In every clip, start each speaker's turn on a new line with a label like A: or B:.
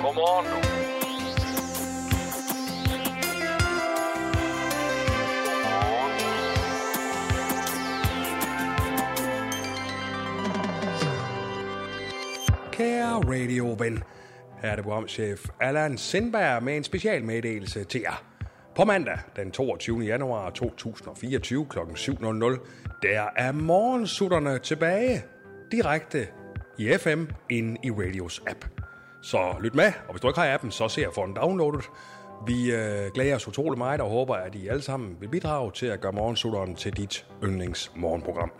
A: morgen nu.
B: Kære radioven, her er det programchef Allan Sindberg med en specialmeddelelse til jer. På mandag den 22. januar 2024 kl. 7.00, der er morgensutterne tilbage direkte i FM ind i Radios app. Så lyt med, og hvis du ikke har appen, så se at få den downloadet. Vi øh, glæder os utrolig meget og håber, at I alle sammen vil bidrage til at gøre morgensutteren til dit yndlingsmorgenprogram.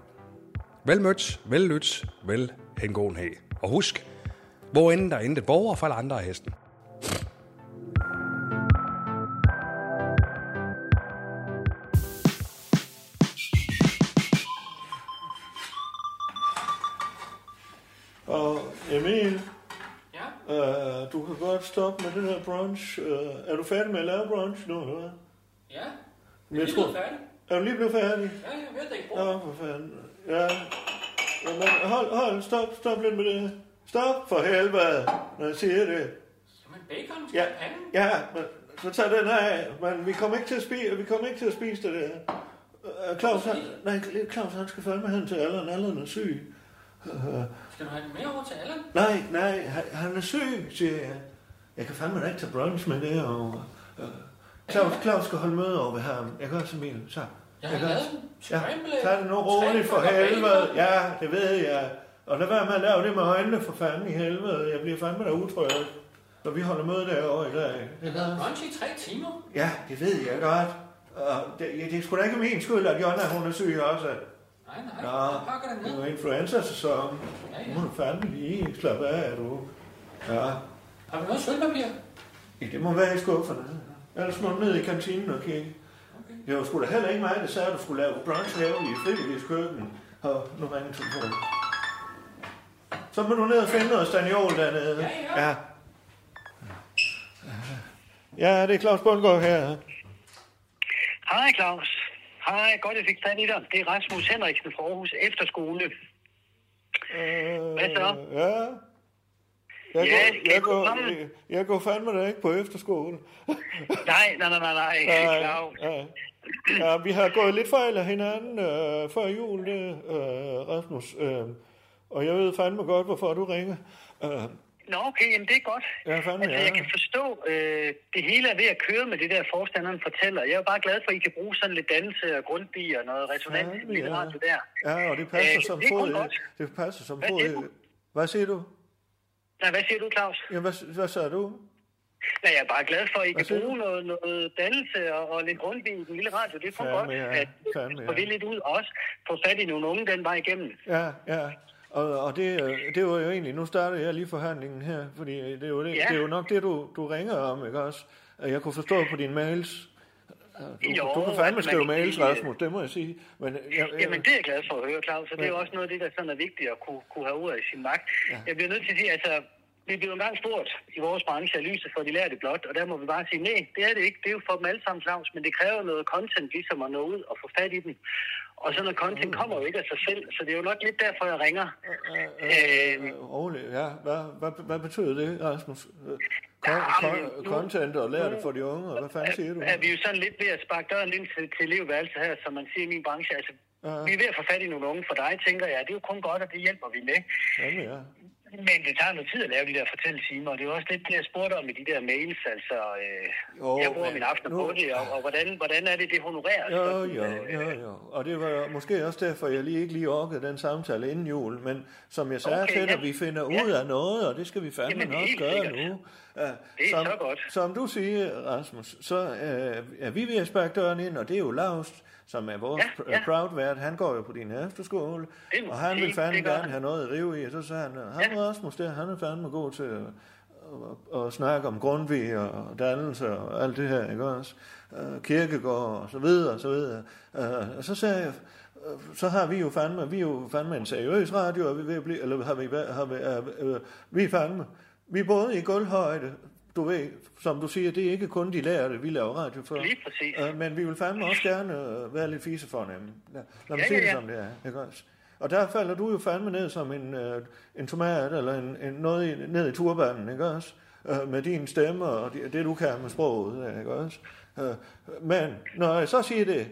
B: Vel mødt, vel lyt, vel hengåenhed. Og husk, hvor end der intet borger, falder andre af hesten.
C: Og Emil,
D: Ja,
C: øh, du kan godt stoppe med det der brunch. Øh, er du færdig med at lave brunch nu, eller hvad?
D: ja.
C: Men
D: Jeg tror... færdig.
C: Er du lige blevet færdig?
D: Ja, ja, vi har dækket bord.
C: Nå, for fanden. Ja. Jamen, hold, hold, stop, stop lidt med det. Stop for helvede, når jeg siger det.
D: Jamen, bacon til
C: Ja,
D: panden.
C: ja, men så tag den af. Men vi kommer ikke til at spise, vi kommer ikke til at spise det der. Øh, Claus, han, nej, Claus, han skal fandme hen til Allan. Allan er syg.
D: Skal du have den med over til Allan?
C: Nej, nej, han, han er syg, siger jeg. Jeg kan fandme da ikke tage brunch med det, og... øh, Claus, Claus skal holde møde over ved ham. Jeg gør som Emil, så.
D: Jeg har
C: gør-
D: lavet den.
C: Ja,
D: Scrambled.
C: tag det nu roligt for
D: Scrambled
C: helvede.
D: bacon.
C: Ja, det ved jeg. Og lad være med at lave det med øjnene for fanden i helvede. Jeg bliver fandme da utryg, når vi holder møde derovre i dag.
D: Jeg har lavet brunch i tre timer.
C: Ja, det ved jeg godt. Og det, ja, det er sgu da ikke min skyld, at Jonna hun er syg også.
D: Nej, nej,
C: Nå,
D: jeg pakker den
C: det er
D: ned.
C: jo influenza-sæson.
D: Ja,
C: Nu
D: ja.
C: må du fandme lige slappe af, er du. Ja,
D: Har du noget sølvpapir?
C: Ja, det må være i skufferne. Ellers må du ned i kantinen og kigge.
D: Okay.
C: Det var sgu da heller ikke mig, der sagde, at du skulle lave brunch have i frivilliges køkken. Og nu ringer telefonen. Så må du ned og finde noget staniol dernede.
D: Ja, ja.
C: ja. Ja, det er Claus Bundgaard her.
E: Hej Claus. Hej, godt jeg fik fat i dig. Det er Rasmus Henriksen fra Aarhus Efterskole.
C: Øh,
E: Hvad så?
C: Ja. Jeg,
E: Ja,
C: går,
E: skal
C: jeg,
E: jeg
C: går,
E: komme?
C: jeg, jeg går fandme da ikke på efterskole.
E: Nej, nej, nej, nej, nej, Claus.
C: ja. ja, vi har gået lidt fejl af hinanden øh, før jul, det, øh, Rasmus. Øh, og jeg ved fandme godt, hvorfor du ringer. Øh,
E: Nå, okay, jamen det er godt.
C: Ja, fandme,
E: altså,
C: ja.
E: jeg kan forstå, øh, det hele er ved at køre med det der forstanderen fortæller. Jeg er jo bare glad for, at I kan bruge sådan lidt dannelse og grundbi og noget resonans
C: Fandme,
E: i
C: ja.
E: ja. der.
C: ja, og det passer
E: Øh,
C: som
E: det er kun
C: fod.
E: godt.
C: i- Det passer som
E: Hvad
C: fod.
E: siger
C: i-
E: du?
C: Hvad siger du?
E: Nej, hvad siger du, Claus?
C: Ja, hvad, hvad sagde du?
E: Nej, jeg er bare glad for, at I
C: Hvad
E: kan
C: siger
E: bruge
C: du?
E: noget, noget dannelse og, og lidt grundbi i den lille radio. Det er for
C: Fandme,
E: godt,
C: ja.
E: at
C: Fandme, ja.
E: få det lidt ud også. Få fat i nogle unge den vej igennem.
C: Ja, ja. Og, og det, øh, det var jo egentlig, nu startede jeg lige forhandlingen her, fordi øh, det er jo, det,
E: Ja.
C: det er jo nok det, du, du ringer om, ikke også? Og Jeg kunne forstå på dine mails. Øh, Du,
E: Jo,
C: du kan
E: altså,
C: fandme
E: man
C: skrive
E: kan
C: mails,
E: sige, øh,
C: Rasmus, det må jeg sige. Men, øh, jeg,
E: Jamen, det er jeg glad for at høre, Claus, og det er jo
C: Ja.
E: også noget af det, der sådan er vigtigt at kunne, kunne have ud af sin magt. Jeg bliver nødt til at sige, altså, vi blev engang spurgt i vores branche, at lyset for de lærte blot, og der må vi bare sige, nej, det er det ikke, det er jo for dem alle sammen, Claus, men det kræver noget content ligesom at nå ud og få fat i dem. Og sådan noget
C: Mm.
E: content kommer jo ikke af sig selv, så det er jo nok lidt derfor, jeg ringer.
C: Øh,
E: Øh,
C: øh, rolig, ja. Hvad, hvad, hvad betyder det, Rasmus? Øh, Kon,
E: Jamen,
C: kon,
E: nu-
C: content og lære det for de unge, og hvad fanden siger du?
E: er vi jo sådan lidt ved at sparke døren ind til, til elevværelset her, som man siger i min branche. Altså,
C: Ja.
E: vi er ved at få fat i nogle unge for dig, tænker jeg. Det er jo kun godt, og det hjælper vi med.
C: Jamen, ja.
E: Men det tager noget tid at lave de der fortælletimer, og det er jo også lidt det, jeg spurgte om i de der mails. Altså, øh,
C: Jo,
E: jeg bruger
C: men
E: min aften
C: nu-
E: på det, og, og hvordan, hvordan er det, det honoreres?
C: Jo,
E: Sådan,
C: jo,
E: øh,
C: jo, jo. Og det var måske også derfor, jeg lige ikke lige orkede den samtale inden jul, men som jeg sagde okay,
E: Okay,
C: til dig,
E: ja.
C: vi finder
E: Ja.
C: ud af noget, og det skal vi fandme
E: Jamen,
C: nok
E: helt
C: gøre
E: sikkert.
C: nu. Ja,
E: Det er
C: som,
E: så godt.
C: Som du siger, Rasmus, så øh, er vi ved at sparke døren ind, og det er jo Laust, som er vores
E: Ja,
C: pr-
E: ja.
C: proud vært, han går jo på din efterskole,
E: Det må
C: og han
E: man
C: vil
E: sige,
C: fandme
E: det gør
C: gerne
E: han.
C: have noget at rive i, og så sagde han, han ja. Rasmus der, han er fandme god til at og snakke om Grundtvig og dannelse og alt det her, ikke også? Øh, kirkegård og så videre og så videre. Øh, og så sagde jeg, øh, så har vi jo fandme, vi er jo fandme en seriøs radio, og vi er ved at blive, eller har vi, været- har vi, øh, øh, vi er fandme, vi er både i gulvhøjde, du ved, som du siger, det er ikke kun de lærte, vi laver radio for.
E: Lige præcis.
C: Øh, men vi vil fandme også gerne øh, være lidt fise for dem. Lad, lad mig
E: Ja,
C: sige
E: ja,
C: det,
E: ja.
C: som det er. Ikke også? Og der falder du jo fandme ned som en, øh, en tomat eller en, en noget i, ned i turbanen, ikke også? øh, med din stemme og det, det, du kan med sproget. Ikke også? Øh, men når jeg så siger det,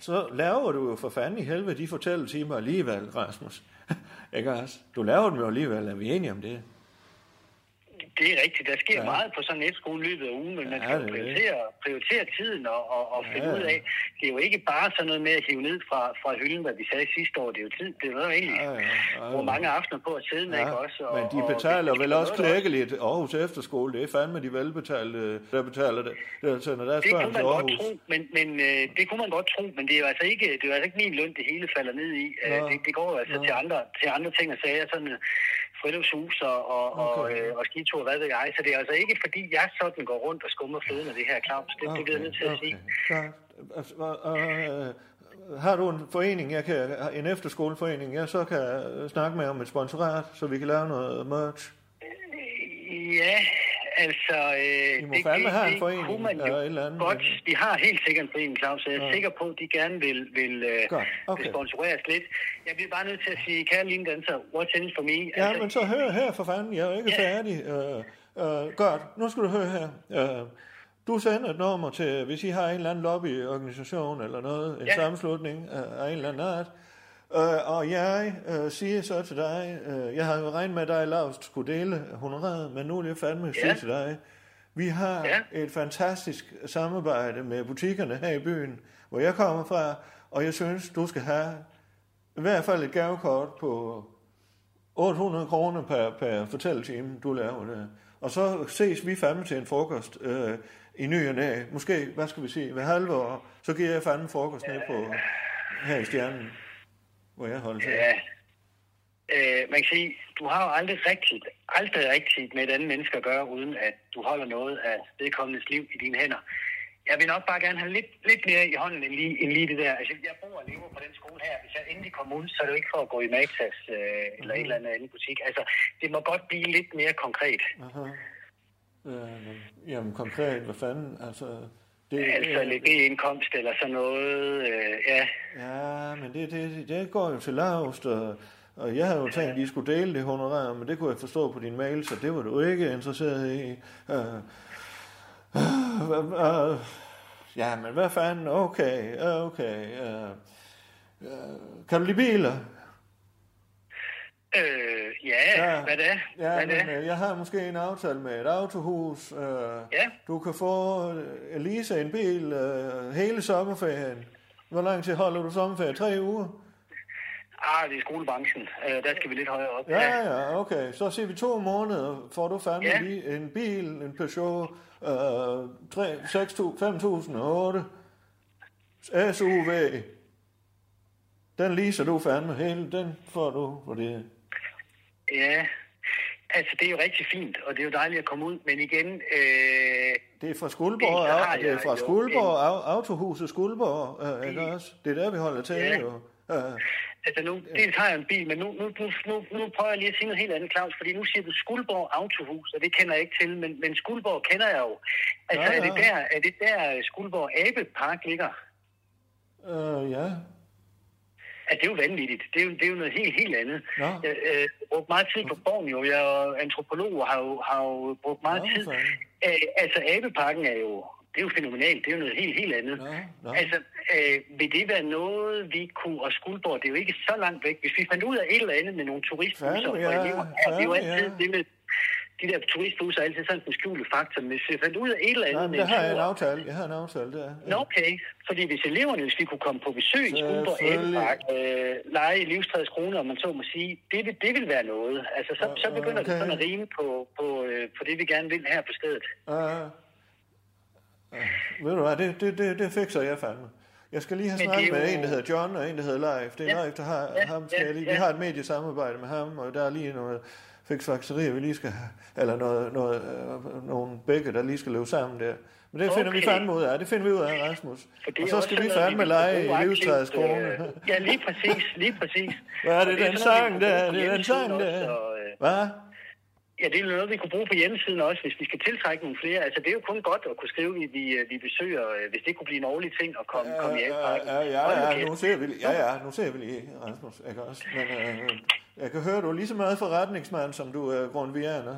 C: så laver du jo for fanden i helvede de fortælletimer alligevel, Rasmus. ikke også? Du laver dem jo alligevel, er vi enige om det?
E: Det er rigtigt. Der sker ja. meget på sådan et skole i løbet af ugen, men ja, man skal
C: det er
E: jo
C: det.
E: prioritere, prioritere tiden og, og, og finde
C: Ja,
E: ud
C: ja.
E: af. Det er jo ikke bare sådan noget med at hive ned fra, fra hylden, hvad vi sagde sidste år. Det er jo tid. Det var egentlig,
C: Ja,
E: ja,
C: ja, ja.
E: ja. hvor mange aftener på at sidde med, ikke også?
C: men de betaler vel også klækkeligt Aarhus Efterskole. Det er fandme de velbetalte, der betaler det. Der sender deres
E: Det
C: børn
E: kunne
C: til
E: man godt
C: Aarhus.
E: tro, men, men øh, det kunne man godt tro, men det er jo altså ikke, det er jo altså ikke min løn, det hele falder ned i. Øh,
C: Nå.
E: det, det går jo altså til andre, til andre ting og sager, sådan øh, friluftshus og, og,
C: Okay.
E: og, øh, og skitur, hvad ved jeg. Så det er altså ikke, fordi jeg sådan går rundt og skummer fløden af det her, Claus. Det, okay. det bliver jeg nødt til at sige.
C: Klart. Altså, og, og, øh, har du en forening, jeg kan, en efterskoleforening, jeg så kan øh, snakke med om et sponsorat, så vi kan lave noget merch?
E: Ja, altså... Øh,
C: I må fandme have en forening
E: kunne man jo
C: eller et eller andet,
E: Godt.
C: men-
E: Vi har helt sikkert en forening, Claus, så jeg er sikker på, at de gerne vil, vil, øh,
C: Godt, okay.
E: vil sponsoreres lidt. Jeg bliver bare nødt til at sige, kære lille danser, what's in it for me? Altså,
C: Ja, men så hør her for fanden, jeg er jo ikke færdig. Øh, øh, godt, nu skal du høre her. Øh, du sender et nummer til, hvis I har en eller anden lobbyorganisation eller noget, en ja.
E: Ja.
C: sammenslutning øh, af en eller anden art, øh, og jeg øh, siger så til dig, øh, jeg havde jo regnet med, at dig Lars skulle dele honoraret, men nu vil jeg fandme ja. sige til dig, vi har ja.
E: Ja.
C: et fantastisk samarbejde med butikkerne her i byen, hvor jeg kommer fra, og jeg synes, du skal have i hvert fald et gavekort på 800 kroner per, per fortælletime, du laver det. Og så ses vi fandme til en frokost øh, i ny og næ. Måske, hvad skal vi sige, hver halve år, så giver jeg fandme frokost ned på her i Stjernen, hvor jeg holder til.
E: Ja. Øh, man kan sige, du har jo aldrig rigtigt, aldrig rigtigt med et andet menneske at gøre, uden at du holder noget af vedkommendes liv i dine hænder. Jeg vil nok bare gerne have lidt, lidt mere i hånden end lige, end lige det der. Altså, jeg bor og lever på den skole her. Hvis jeg endelig kommer ud, så er det jo ikke for at gå i Matas øh, eller et eller andet andet butik. Altså, det må godt blive lidt mere konkret.
C: Aha. Øh, jamen konkret, hvad fanden, altså... Det,
E: Altså, lidt indkomst eller sådan noget. Øh, ja.
C: Ja, men det, det, det går jo til lavst, og, og jeg havde jo tænkt, at I skulle dele det honorar, men det kunne jeg forstå på din mail, så det var du ikke interesseret i. Øh, øh, øh, øh, ja, men hvad fanden? Okay, øh, okay. Øh, øh, kan du lide biler?
E: Øh, ja, hvad da?
C: Ja,
E: hvad da?
C: men øh, jeg har måske en aftale med et autohus. Øh,
E: Ja.
C: Du kan få øh, lease en bil øh, hele sommerferien. Hvor lang tid holder du sommerferie? Tre uger?
E: Ah, det er skolebranchen. Øh, der skal vi lidt højere op.
C: Ja, ja, okay. Så siger vi to måneder, får du fandme ja.
E: Ja.
C: lige en bil, en Peugeot, øh, 3, 6, 5008, SUV. Den leaser du fandme hele, den får du for det.
E: Ja, altså det er jo rigtig fint, og det er jo dejligt at komme ud, men igen, øh,
C: Det er fra Skuldborg,
E: Bil har
C: det, det er
E: jeg
C: fra
E: jo
C: Skuldborg, au- autohuset Skuldborg, øh, ikke også? Det er der, vi holder til, ja.
E: Ja.
C: jo. Øh,
E: altså nu, dels har jeg en bil, men nu, nu, nu, nu, nu prøver jeg lige at sige noget helt andet, Claus, fordi nu siger du Skuldborg Autohus, og det kender jeg ikke til, men, men Skuldborg kender jeg jo. Altså
C: Ja,
E: ja, ja. er det
C: ja.
E: der, er det der øh, Skuldborg Abepark ligger?
C: øh, ja.
E: Ja, det er jo vanvittigt. Det er jo, det er jo noget helt, helt andet.
C: Nå.
E: Jeg øh, brugte meget tid på Borgen jo. Jeg er jo antropolog og har jo, har jo brugt meget
C: Nå,
E: tid.
C: for fanden.
E: Øh, altså, Abeparken er jo, det er jo fænomenalt. Det er jo noget helt, helt andet.
C: Nå, nå.
E: Altså, øh, vil det være noget, vi kunne, og Skuldborg, det er jo ikke så langt væk. Hvis vi fandt ud af et eller andet med nogle turistbusser,
C: Fandme,
E: for
C: ja.
E: elever, ja, det er jo
C: Fandme,
E: altid
C: ja.
E: det med, de der turistbusser er altid sådan en skjulte faktor, men hvis vi fandt ud af et eller andet
C: Nej, men
E: med
C: der
E: en
C: har jeg en
E: tur-
C: aftale, jeg har en aftale der.
E: Nå, okay. Fordi hvis eleverne, hvis vi kunne komme på besøg i Skuldborg
C: Selvfølgelig.
E: Elpark, øh, lege i livstrædes kroner, om man så må sige, det vil, det vil være noget. Altså, så, så begynder
C: okay.
E: det sådan at rime på, på, øh, på det, vi gerne vil her på stedet.
C: Uh, uh, ved du hvad, det, det, det, det fikser jeg fandme. Jeg skal lige have
E: Men det
C: snakket
E: er
C: med
E: jo-
C: en, der hedder John, og en, der hedder Leif. Det er ja.
E: Ja.
C: Leif, der har ja.
E: Ja,
C: ham. Skal
E: ja,
C: jeg lige, Vi
E: ja.
C: har et mediesamarbejde med ham, og der er lige noget fiksfakserier, vi lige skal have. Eller noget, noget, øh, nogle bække, der lige skal løbe sammen der. Men det finder vi
E: Okay.
C: fandme ud af. Det finder vi ud af, Rasmus.
E: For det
C: Og
E: er
C: så
E: også
C: skal
E: sådan
C: vi
E: noget,
C: fandme
E: kan
C: lege
E: bruge
C: i
E: aktivt,
C: livstrædets
E: øh,
C: krone.
E: Ja, lige præcis, lige præcis.
C: Hvad er
E: Og
C: det,
E: er
C: den
E: sådan noget, vi
C: sang
E: kunne
C: der?
E: bruge på
C: Det er den sang
E: hjemmesiden også,
C: der.
E: og, øh,
C: Hvad?
E: Ja, det er jo noget, vi kunne bruge på hjemmesiden også, hvis vi skal tiltrække nogle flere. Altså, det er jo kun godt at kunne skrive, at vi, øh, vi besøger, øh, hvis det kunne blive en årlig ting at komme, komme i
C: Ja,
E: Alparken.
C: ja,
E: Hold nu
C: ja, ja,
E: kæft.
C: nu ser vi, ja, ja, nu ser vi lige, Rasmus, ikke også? øh, Men øh, jeg kan høre, du er lige så meget forretningsmand, som du er grundvianer.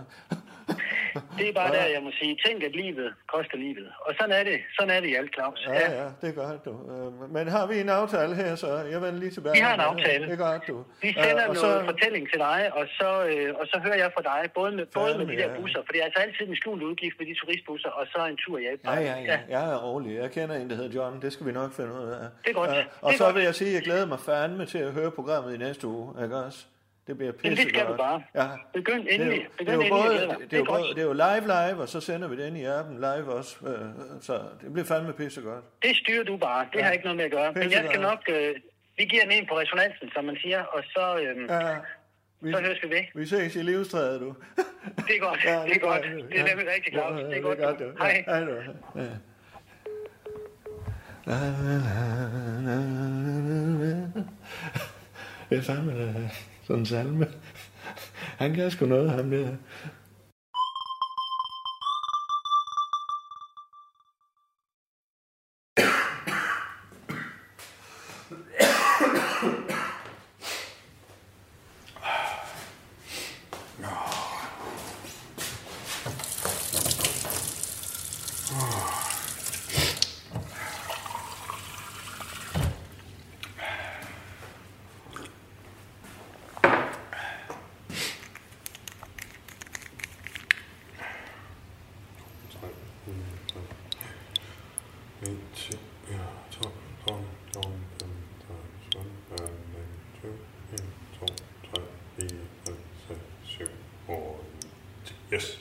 E: Det er bare ja. der, jeg må sige, tænk at livet koster livet. Og sådan er det. Sådan er det i alt, Claus.
C: Ja, ja, det gør du. Øh, Men har vi en aftale her, så jeg vender lige tilbage.
E: Vi har en
C: med det.
E: aftale.
C: Det gør du.
E: Vi sender
C: Øh, og
E: noget så... fortælling til dig, og så, øh, og så hører jeg fra dig, både med, både med de
C: Fandme,
E: der
C: ja.
E: busser, for det er altså altid en skjult udgift med de turistbusser, og så en tur i Japan.
C: Ja, ja, ja. Jeg er rolig. Jeg kender en, der hedder John. Det skal vi nok finde ud af.
E: Det er godt.
C: Øh,
E: Det
C: og
E: er
C: så
E: godt.
C: vil jeg sige, at jeg glæder mig fandme til at høre programmet i næste uge. Ikke også? Det bliver pisse
E: Jamen, det skal du bare.
C: Ja.
E: Begynd
C: Det er jo-
E: endelig.
C: Det er
E: Begynd
C: jo
E: endelig.
C: både,
E: jeg glæder mig.
C: det er jo
E: godt.
C: både, det er jo live live, og så sender vi den i appen live også. Øh, Så det bliver fandme pisse godt.
E: Det styrer du bare. Det ja. har ikke noget med at gøre. Men jeg skal nok... Øh, vi giver den en på resonansen, som man siger, og så, øhm, ja.
C: Ja. Vi,
E: så høres vi ved.
C: vi ses i livstrædet, du.
E: Det er godt. Ja, det, er godt. Det er nemlig rigtig klart.
C: Ja,
E: det er godt. Det
C: du.
E: Hej.
C: Ja, hej du. Ja. La, la, la, la, la, la. Det er fandme da sådan en salme. Han kan sgu noget, ham der.
B: Yes.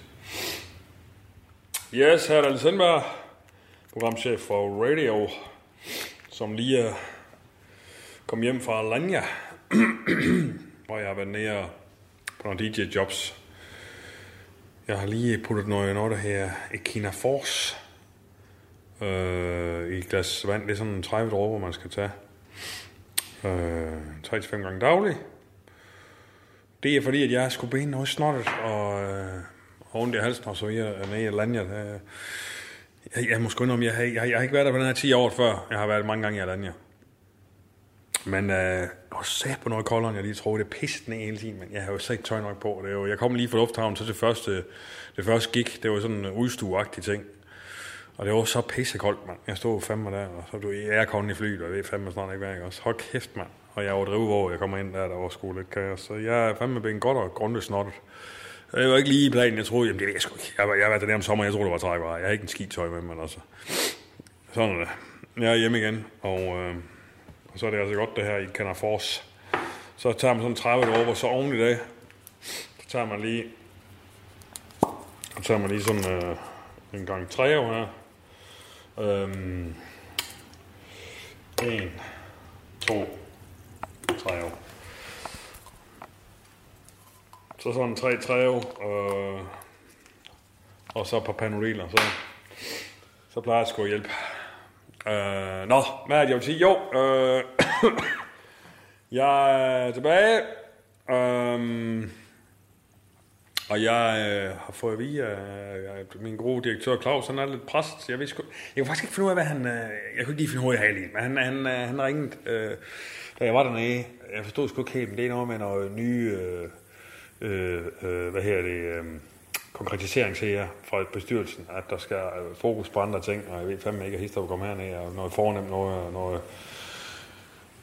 B: Yes, her er Dalle Sindberg, programchef for Radio, som lige er kommet hjem fra Alanya, hvor jeg har været nede på nogle DJ-jobs. Jeg har lige puttet noget noget her Ekina Force øh, i et glas vand. Det er sådan 30 dråber, man skal tage øh, 3-5 gange daglig. Det er fordi, at jeg skulle bene noget snottet og øh, har ondt i halsen og så videre øh, nede i Lanja. Jeg, jeg må sgu indrømme, jeg, har- jeg, jeg har ikke været der på den her 10 år før. Jeg har været mange gange i Lanja. Men øh, og sat på noget koldere, end jeg lige troede. Det pissede ned hele tiden, men jeg har jo slet ikke tøj nok på. Det er jo, jeg kom lige fra lufthavnen, så det første, det første gik, det var sådan en udstueagtig ting. Og det var så pissekoldt, mand. Jeg stod fandme der, og så du i aircon i flyet, og jeg ved fandme snart ikke, hvad jeg også. Hold kæft, mand. Og jeg var drive, hvor jeg kommer ind der, der var sgu lidt kaos. Så jeg er fandme blevet godt og grundigt snottet. Det var ikke lige i planen, jeg troede, jamen det ved jeg sgu ikke. Jeg, var- jeg var dernede om sommeren, jeg troede, det var trækvarer. Jeg har ikke en skitøj med, men altså. Sådan er det. Jeg er hjemme igen, og, øh, og så er det altså godt det her i Canada Force. Så tager man sådan 30 år, og så oven i det, så tager man lige, så tager man lige sådan øh, en gang tre år her. Øhm, 1, 2, 3 år. Så sådan tre træve, øh, og så et par panodiler, så, så plejer jeg sgu at hjælpe. Øh, nå, hvad er det, jeg vil sige? Jo, øh, jeg er tilbage, øh, og jeg øh, har fået at vide, at øh, min gode direktør Claus, han er lidt præst. Jeg, ved sgu, jeg kunne faktisk ikke finde ud af, hvad han... Øh, jeg kunne ikke lige finde hovedet i halen, men han, han, øh, han ringede, øh, da jeg var dernede. Jeg forstod sgu ikke helt, men det er noget med noget nye... Øh, øh, øh, hvad her det... Øh, konkretisering til jer fra bestyrelsen, at der skal øh, fokus på andre ting, og jeg ved fandme ikke, at hister vil komme herned, og noget fornemt, noget, noget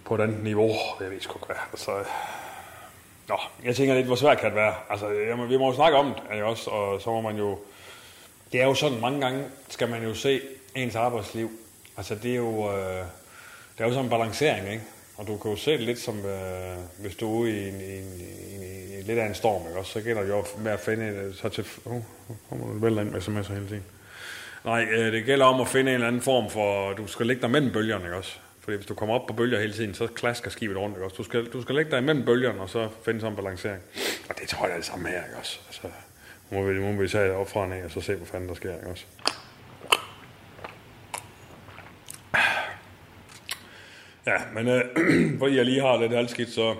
B: på et andet niveau, jeg ved sgu ikke hvad. Altså, øh, Nå, jeg tænker lidt, hvor svært kan det være? Altså, jeg må, vi må jo snakke om det ikke også, og så må man jo... Det er jo sådan, mange gange skal man jo se ens arbejdsliv. Altså, det er jo, øh, det er jo sådan en balancering, ikke? Og du kan jo se det lidt som, øh, hvis du er ude i, en, i, en, i, en, i lidt af en storm, ikke også? Så gælder det jo med at finde... et- Så til, uh, kommer du vel ind med sms'er hele tiden. Nej, øh, det gælder om at finde en eller anden form for... Du skal ligge dig mellem bølgerne, ikke også? Fordi hvis du kommer op på bølger hele tiden, så klasker skibet rundt, ikke også? Du skal, du skal ligge dig imellem bølgerne, og så finde sådan en balancering. Og det tror jeg det samme her, ikke også? Altså, nu må vi, nu må vi tage det op fra og ned, og så se, hvad fanden der sker, ikke også? Ja, men øh, fordi jeg lige har lidt halvskidt, så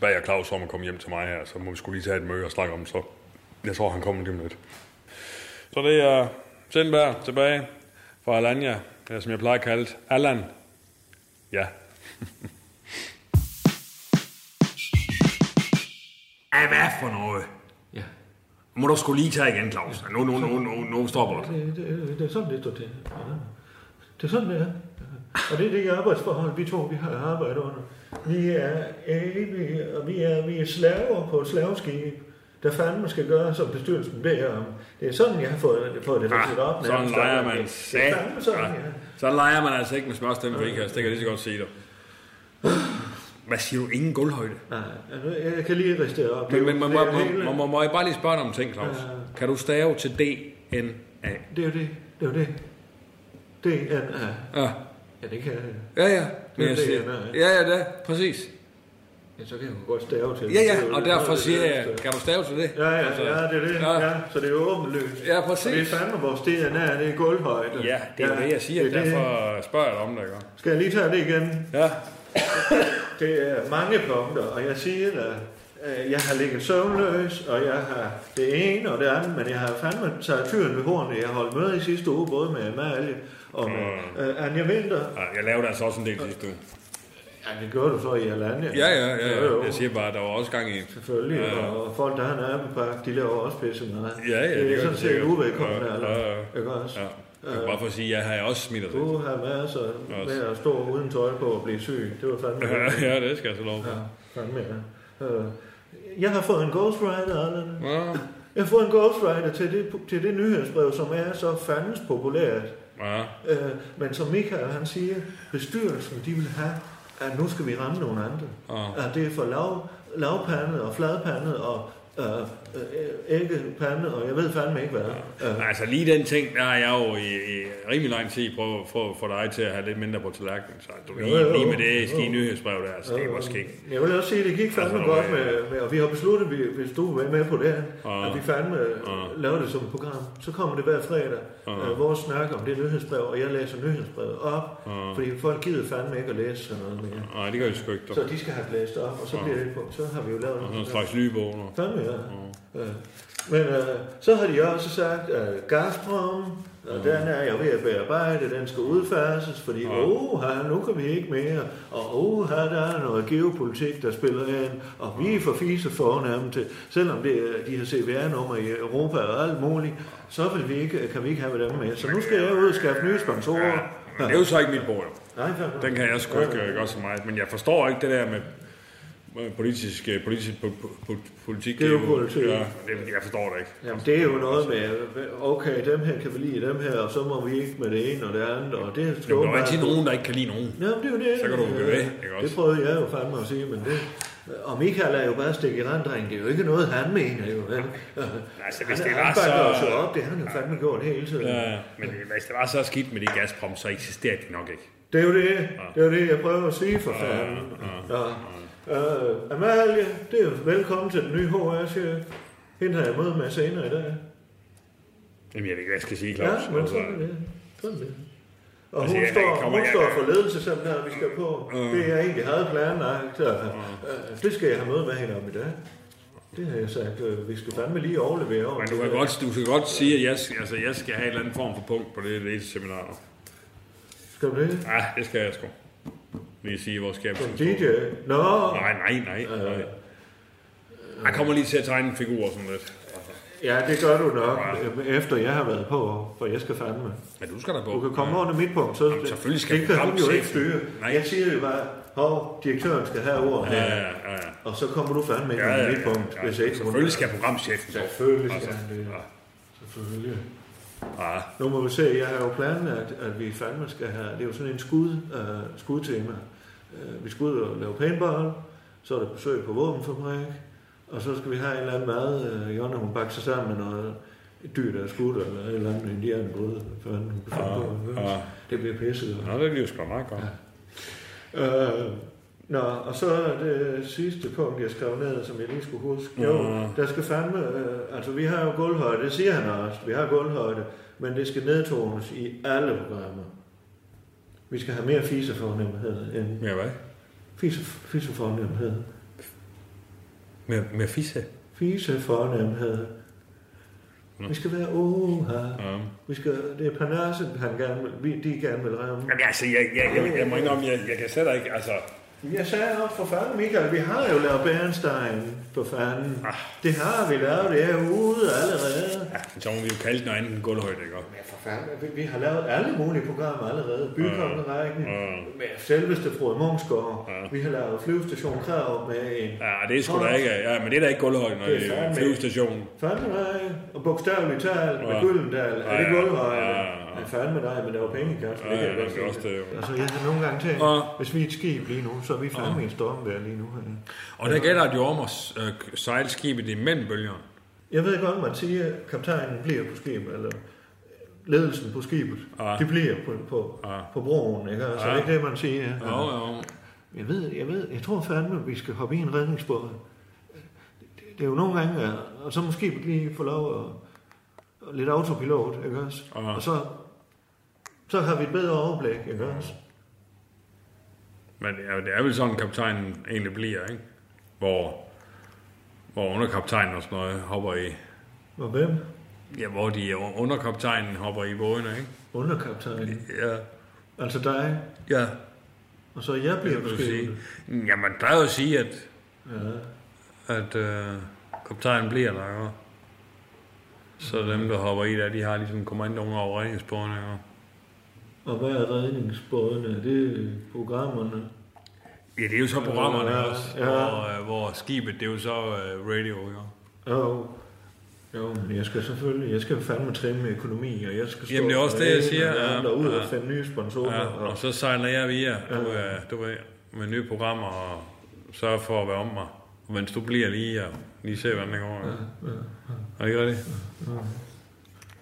B: bad jeg Claus om at komme hjem til mig her, så må vi skulle lige tage et møde og snakke om, det, så jeg tror, han kommer lige om lidt. Så det er Sindberg tilbage fra Alanya, eller som jeg plejer at kalde det, Allan. Ja.
A: Ja, hvad for noget?
F: Ja.
B: Må du skulle lige tage igen, Claus. Nu, nu, nu, nu, nu stopper det.
C: Øh, Det, det, det er sådan, det står til. Ja. Det er sådan, det er. Og det er det arbejdsforhold, vi to vi har arbejdet under. Vi er, evige, og vi er, vi er slaver på et slaveskib, der fandme skal gøre, som bestyrelsen beder om. Det er sådan, jeg har fået, fået det ridset op.
B: Ah, sådan
C: nærmest.
B: leger man Ah.
C: Det er fandme
B: sat.
C: sådan,
B: Ja.
C: ja.
B: Sådan leger man altså ikke med smørstemme for ikast. Det kan jeg lige så godt sige dig. Hvad siger du? Ingen gulvhøjde?
C: Nej, nu- jeg kan lige riste det op.
B: Men, men
C: man
B: man, må, må, må, må, må jeg bare lige spørge dig om en ting, Claus?
C: Ja.
B: Kan du stave til D-N-A?
C: Det er jo det. Det er jo det. DNA.
B: Ja,
C: Ja, det kan jeg.
B: ja. ja. Men jeg
C: Det er
B: siger,
C: DNA.
B: ja, ja, det, præcis.
C: Ja, så kan jeg jo godt stave til. det.
B: Ja,
C: Det er
B: ja,
C: jo
B: og
C: det.
B: derfor siger
C: Det er
B: jeg,
C: det.
B: kan du stave til det?
C: Ja,
B: Altså,
C: ja, ja, det er det.
B: Ja.
C: Ja. ja så det er jo åbenlyst.
B: Ja, præcis.
C: Og det er fandme vores DNA, det er gulvhøjde.
B: Ja, det er jo det, jeg siger,
C: det er det.
B: derfor spørger jeg dig om det, ikke?
C: Skal jeg lige tage det igen?
B: Ja,
C: Det er mange punkter, og jeg siger da, øh, jeg har ligget søvnløs, og jeg har det ene og det andet, men jeg har fandme taget tyren ved hornet. Jeg holdt møde i sidste uge, både med Amalie og med
B: Mm.
C: øh, Anja Vinter.
B: Ej, jeg lavede altså også en del sidste uge.
C: Ja, det gjorde du så i Alanya.
B: Ja, ja, ja,
C: Jo, jo.
B: ja. Jeg siger bare, at der var også gang i.
C: Selvfølgelig, ja. og folk, der har nærmepark, de laver også pisse meget.
B: Ja, ja, det
C: det
B: gør
C: er sådan
B: de
C: set
B: sikkert.
C: uvedkommende,
B: Ja,
C: eller?
B: ja, ja.
C: Ikke også?
B: Ja. Jeg kan bare for at sige, at jeg har også smidt os lidt.
C: Du har været så med at stå uden tøj på og blive syg. Det var fandme
B: Ja, det skal jeg så lov for.
C: Ja, fandme ja. Øh, Jeg har fået en ghostwriter, Allan.
B: Ja.
C: Jeg har fået en ghostwriter til det, til det nyhedsbrev, som er så fandens populært.
B: Ja.
C: Øh, Men som Michael han siger, bestyrelsen de vil have, at nu skal vi ramme nogle andre.
B: Ja.
C: At det er for lav, lavpandet og fladpandet og øh, øh, æggepandet, og jeg ved fandme ikke hvad. Øh,
B: Altså lige den ting, der har jeg jo i, i rimelig lang tid prøvet at få- få dig til at have lidt mindre på tallerkenen. Så du,
C: Jo,
B: lige,
C: jo,
B: lige med det
C: jo.
B: skide nyhedsbrev der, altså, det var skægt.
C: Jeg vil også sige, at det gik fandme
B: Altså,
C: altså, godt
B: øh,
C: med, med, og vi har besluttet, vi- hvis du vil være med på det her,
B: Ah.
C: at vi fandme
B: Ah.
C: uh, laver det som et program. Så kommer det hver fredag,
B: Ah.
C: uh, vores snak om det nyhedsbrev, og jeg læser nyhedsbrevet op,
B: Ah.
C: fordi folk gider fandme ikke at læse sådan noget mere.
B: Nej, det gør jeg sgu ikke.
C: Så
B: dog.
C: de skal have blæst op, og så bliver det på. Så har vi jo lavet
B: Og
C: noget.
B: sådan en slags lybog. nu.
C: Fandme, ja.
B: Mm.
C: Øh, Men øh, så har de også sagt, at øh, Gazprom,
B: Mm.
C: og den er jeg ved at bearbejde, den skal udfærdes, fordi oh, nu kan vi ikke mere, og oh, der er noget geopolitik, der spiller ind, og vi
B: Mm.
C: er for fise fornemme til, selvom det er de her CVR-nummer i Europa og alt muligt, så vil vi ikke, øh, kan vi ikke have dem med. Så nu skal jeg ud og skaffe nye sponsorer.
B: Men det er jo så ikke mit bord. jo.
C: Nej, fandme.
B: Den kan jeg sgu ikke øh, gøre så meget. Men jeg forstår ikke det der med øh, politisk, øh, politisk po- po- po- politik.
C: Det er jo politik.
B: Ja, det, jeg forstår det ikke.
C: Jamen, det er jo noget med, okay, dem her kan vi lide, dem her, og så må vi ikke med det ene og det andet, og det er
B: Jamen, der er altid nogen, der ikke kan lide nogen.
C: Jamen, det er jo det.
B: Så kan du jo blive ved, ikke også?
C: Det prøvede jeg jo fandme at sige, men det... Og Michael er jo bare stik i randdreng. Det er jo ikke noget, han mener jo. Vel?
B: Altså, hvis
C: han,
B: det var
C: han bakker
B: så-
C: os jo op, det har han jo fandme gjort hele tiden.
B: Ja, men øh, hvis det var så skidt med de Gazprom, så eksisterer de nok ikke.
C: Det er jo det. Det er jo det, jeg prøver at sige for fanden. Ja. Øh, Amalie, det er jo velkommen til den nye HR-chef. Hende har jeg møde med senere i dag.
B: Jamen, jeg ved ikke, hvad jeg skal sige, Claus.
C: Ja, men
B: Altså,
C: sådan er det. Sådan er det. Og
B: Altså,
C: hun,
B: jeg- jeg
C: står,
B: kommer-
C: hun
B: jeg-
C: står for ledelse sammen her, vi skal på.
B: Mm.
C: Det jeg egentlig havde planlagt. Og, øh, det skal jeg have møde med hende om i dag. Det har jeg sagt. øh, Vi skal fandme lige overlevere over.
B: Men du kan godt, du kan godt sige, at jeg, skal- altså, jeg skal have en eller anden form for punkt på det ledelsesseminar. nu.
C: Skal du det?
B: Ja, det skal jeg sgu. Lige sige, hvor skal jeg
C: Som DJ? Nå,
B: Nej, nej, nej. nej. Jeg kommer lige til at tegne en figur og sådan lidt.
C: ja, det gør du nok, øh, efter jeg har været på, for jeg skal fandme.
B: Men du skal da på.
C: Du kan komme under mit punkt, så
B: Jamen, selvfølgelig skal
C: det kan hun jo
B: programchefen-
C: ikke styre.
B: Nej.
C: Jeg siger jo bare, hov, direktøren skal have ordet
B: Ja,
C: her,
B: ja, ja, ja.
C: og så kommer du fandme ind
B: Ja, ja,
C: under mit
B: ja,
C: punkt,
B: ja.
C: hvis ikke hun-
B: Selvfølgelig skal programchefen på.
C: Selvfølgelig skal
B: Altså,
C: han det.
B: ja.
C: Selvfølgelig.
B: Ja.
C: Nu må vi se, jeg har jo planlagt, at vi fandme skal have, det er jo sådan en skud, øh, skudtema. Øh, vi skal ud og lave paintball, så er der besøg på våbenfabrik, og så skal vi have en eller anden mad, øh, Jonna hun bakser sammen med noget et dyr, der er skudt, eller et eller andet indianerbrød, for han kan finde på.
B: ja.
C: Det bliver pisset.
B: Nå, det bliver sgu da meget godt.
C: Øh, nå, og så er det sidste punkt, jeg skrev ned, som jeg lige skulle huske. Jo,
B: Nå.
C: der skal fandme... Øh, altså, vi har jo gulvhøjde, det siger han også. Vi har gulvhøjde, men det skal nedtones i alle programmer. Vi skal have mere fisefornemhed end...
B: Mere hvad?
C: Fise, fisefornemhed.
B: Mere, mere fisse?
C: Fisefornemhed.
B: Nå.
C: Vi skal være oha.
B: Ja.
C: Vi skal, det er Parnassen, han gerne vil, vi, de gerne vil ramme.
B: Jamen altså, jeg, jeg, jeg, jeg må indrømme, jeg, jeg kan slet ikke, altså,
C: Jeg sagde op for fanden, Michael, vi har jo lavet Bernstein på fanden. Det har vi lavet, det er ude allerede.
B: Ah. Ja, så må vi jo kalde den anden en gulvhøjde, ikke? også?
C: Ja, for fanden, vi, vi har lavet alle mulige programmer allerede. Bykongerækken,
B: Mm.
C: med selveste Frode Mungsgaard.
B: Ah.
C: Vi har lavet flyvestation Krav med en
B: Ja, det er sgu da ikke... Ja, men det er da ikke gulvhøjde, når
C: Det er
B: det er
C: fandme-
B: flyvestation.
C: Fandevej, og bogstaveligt talt med
B: Ja.
C: Gyldendal. Er det
B: Ah. Ja, ja.
C: Guldvej?
B: Ja,
C: Ja,
B: ja, ja.
C: fandme dig, men der var penge i kassen.
B: Ja,
C: kan
B: ja,
C: jeg
B: det
C: godt
B: er
C: se.
B: også det, jo. Ah.
C: Altså, jeg har nogle gange tænkt,
B: Ja.
C: hvis vi er et skib lige nu, så er vi
B: Ah.
C: fandme i en stormvejr lige nu. øh. ja.
B: Og der gælder det jo om at øh, sejle skibet imellem bølgerne.
C: Jeg ved godt, man siger, at kaptajnen bliver på skibet, eller ledelsen på skibet,
B: Ja.
C: de bliver på, på,
B: Ja.
C: på broen, ikke? Altså,
B: Ja.
C: det er ikke det, man siger.
B: Jo, jo.
C: Jeg ved, jeg ved, jeg tror fandme, at vi skal hoppe i en redningsbåd. Det, det er jo nogle gange, ja, og så måske lige få lov at, at lidt autopilot, ikke også?
B: Ja.
C: Og så, så har vi et bedre overblik, ikke også?
B: Men ja, det er vel sådan, kaptajnen egentlig bliver, ikke? Hvor, hvor underkaptajnen og sådan noget hopper i...
C: Og hvem?
B: Ja, hvor de underkaptajnen hopper i bådene, ikke?
C: Underkaptajnen.
B: Ja,
C: Altså dig.
B: ja.
C: Og så jeg bliver
B: Det vil
C: måske.
B: du sige. Ja, man plejer jo at sige, at,
C: Ja.
B: at øh, kaptajnen bliver der, ikke? Så dem, der hopper i der, de har ligesom kommandoen over redningsbådene, ikke?
C: Og hvad er redningsbådene? Er Det er programmerne.
B: Ja, det er jo så programmerne
C: Ja,
B: også,
C: ja.
B: Hvor, øh, hvor skibet, det er jo så øh, radio, ikke?
C: Jo. Jo, men jeg skal selvfølgelig, jeg skal fandme trimme med økonomi, og jeg skal stå
B: Jamen, det er også
C: med
B: det, jeg
C: ene
B: siger,
C: og det
B: ja.
C: andet, og ud
B: Ja.
C: og finde nye sponsorer.
B: Ja,
C: og-
B: og så sejler jeg via, du, øh, du ved, med nye programmer og sørger for at være om mig. Mens du bliver lige og lige se, hvordan det går. Ja. Er det ikke rigtigt?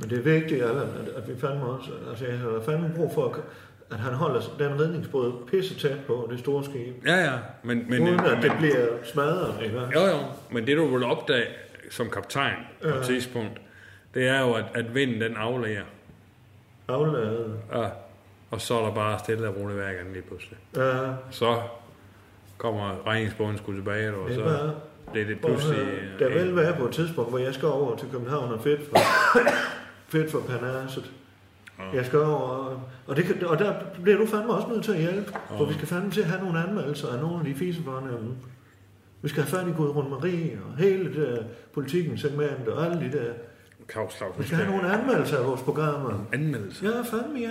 C: Men det er vigtigt, Allan, at, at vi fandme også... Altså, jeg har fandme brug for, at, at han holder den redningsbåd pisse tæt på det store skib.
B: Ja, ja. Men, men,
C: Uden at
B: men,
C: det bliver smadret, ikke? hva'?
B: jo, jo. Men det, du vil opdage som kaptajn på et tidspunkt, det er jo, at, at vinden den aflæger.
C: Afladet.
B: Ja. Og så er der bare stille og roligt hver gang lige pludselig.
C: Ja,
B: Så kommer regningsbåden skulle tilbage, og
C: det er
B: så
C: bare...
B: bliver det
C: Og,
B: pludselig...
C: øh, der vil være på et tidspunkt, hvor jeg skal over til København og fedt for, fedt for panasset. Jeg skal over, og- og, det kan, og der bliver du fandme også nødt til at hjælpe, for vi skal fandme til at have nogle anmeldelser af nogle af de fisefornemme. Vi skal have fat i Gudrun Marie og hele det der politikken segment og alle de der.
B: Claus Claus,
C: Vi skal have nogle anmeldelser af vores programmer.
B: anmeldelse.
C: Ja, fandme ja.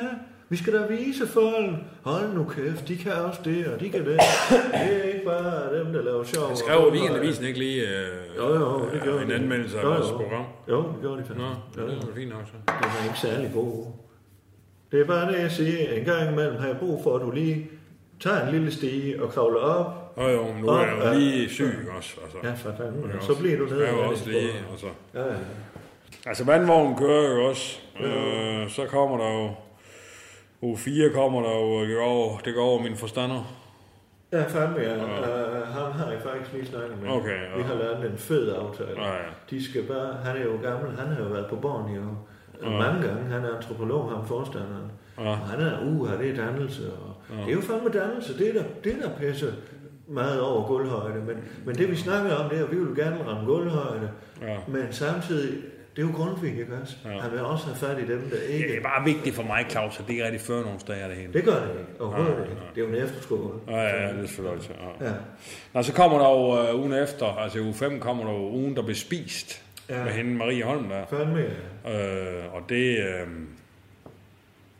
C: Vi skal da vise folk, hold nu kæft, de kan også det, og de kan det. Det er ikke bare dem, der laver sjov.
B: Han skrev jo weekendavisen ikke lige øh,
C: Jo, jo, det gjorde
B: en
C: de.
B: anmeldelse af
C: Jo,
B: vores
C: jo.
B: program.
C: Jo, det gjorde de faktisk.
B: Nå,
C: jo,
B: det
C: det
B: var fint nok så.
C: var ikke særlig god. Det er bare det, jeg siger. En gang imellem har jeg brug for, at du lige tager en lille stige og kravler op.
B: Og jo, men nu er jeg
C: Nå,
B: jo
C: ja.
B: lige syg også. Altså.
C: Ja, for fanden.
B: Ikke også?
C: Så bliver du nede.
B: Skal jo
C: af
B: også
C: det.
B: lige. Altså,
C: Ja, ja.
B: altså vandvognen kører jo også. Øh, så kommer der jo... Uge 4 kommer der jo, og det går over, det går over min forstander.
C: Ja, fandme ja. Uh, ham har jeg faktisk lige snakket med.
B: Okay, ja.
C: Vi har lavet en fed aftale.
B: Ja, ja.
C: De skal bare... Han er jo gammel. Han har jo været på Borneo
B: Ah.
C: jo mange gange. Han er antropolog, ham forstanderen.
B: Ja.
C: Og han er, uh, det er dannelse. Og
B: Ah.
C: Det er jo fandme dannelse. Det er der, det er der pisse meget over gulvhøjde. Men, men det vi snakker om, det er, at vi vil gerne ramme gulvhøjde.
B: Ah. Ja.
C: Men samtidig, det er jo Grundtvig, ikke også?
B: Ja.
C: Han vil også have fat i dem, der ikke...
B: Det er bare vigtigt for mig, Claus, at det ikke rigtig fører nogen steder det hele.
C: Det gør det
B: Ah,
C: ikke. Overhovedet ikke. Det er jo en efterskole.
B: Ja, ja, det er selvfølgelig. Ja.
C: Ja.
B: Nå, så kommer der jo øh, ugen efter, altså i uge 5 kommer der jo ugen, der bliver spist
C: Ja.
B: med hende Marie Holm der.
C: Fandme ja.
B: Øh, og det... Øh,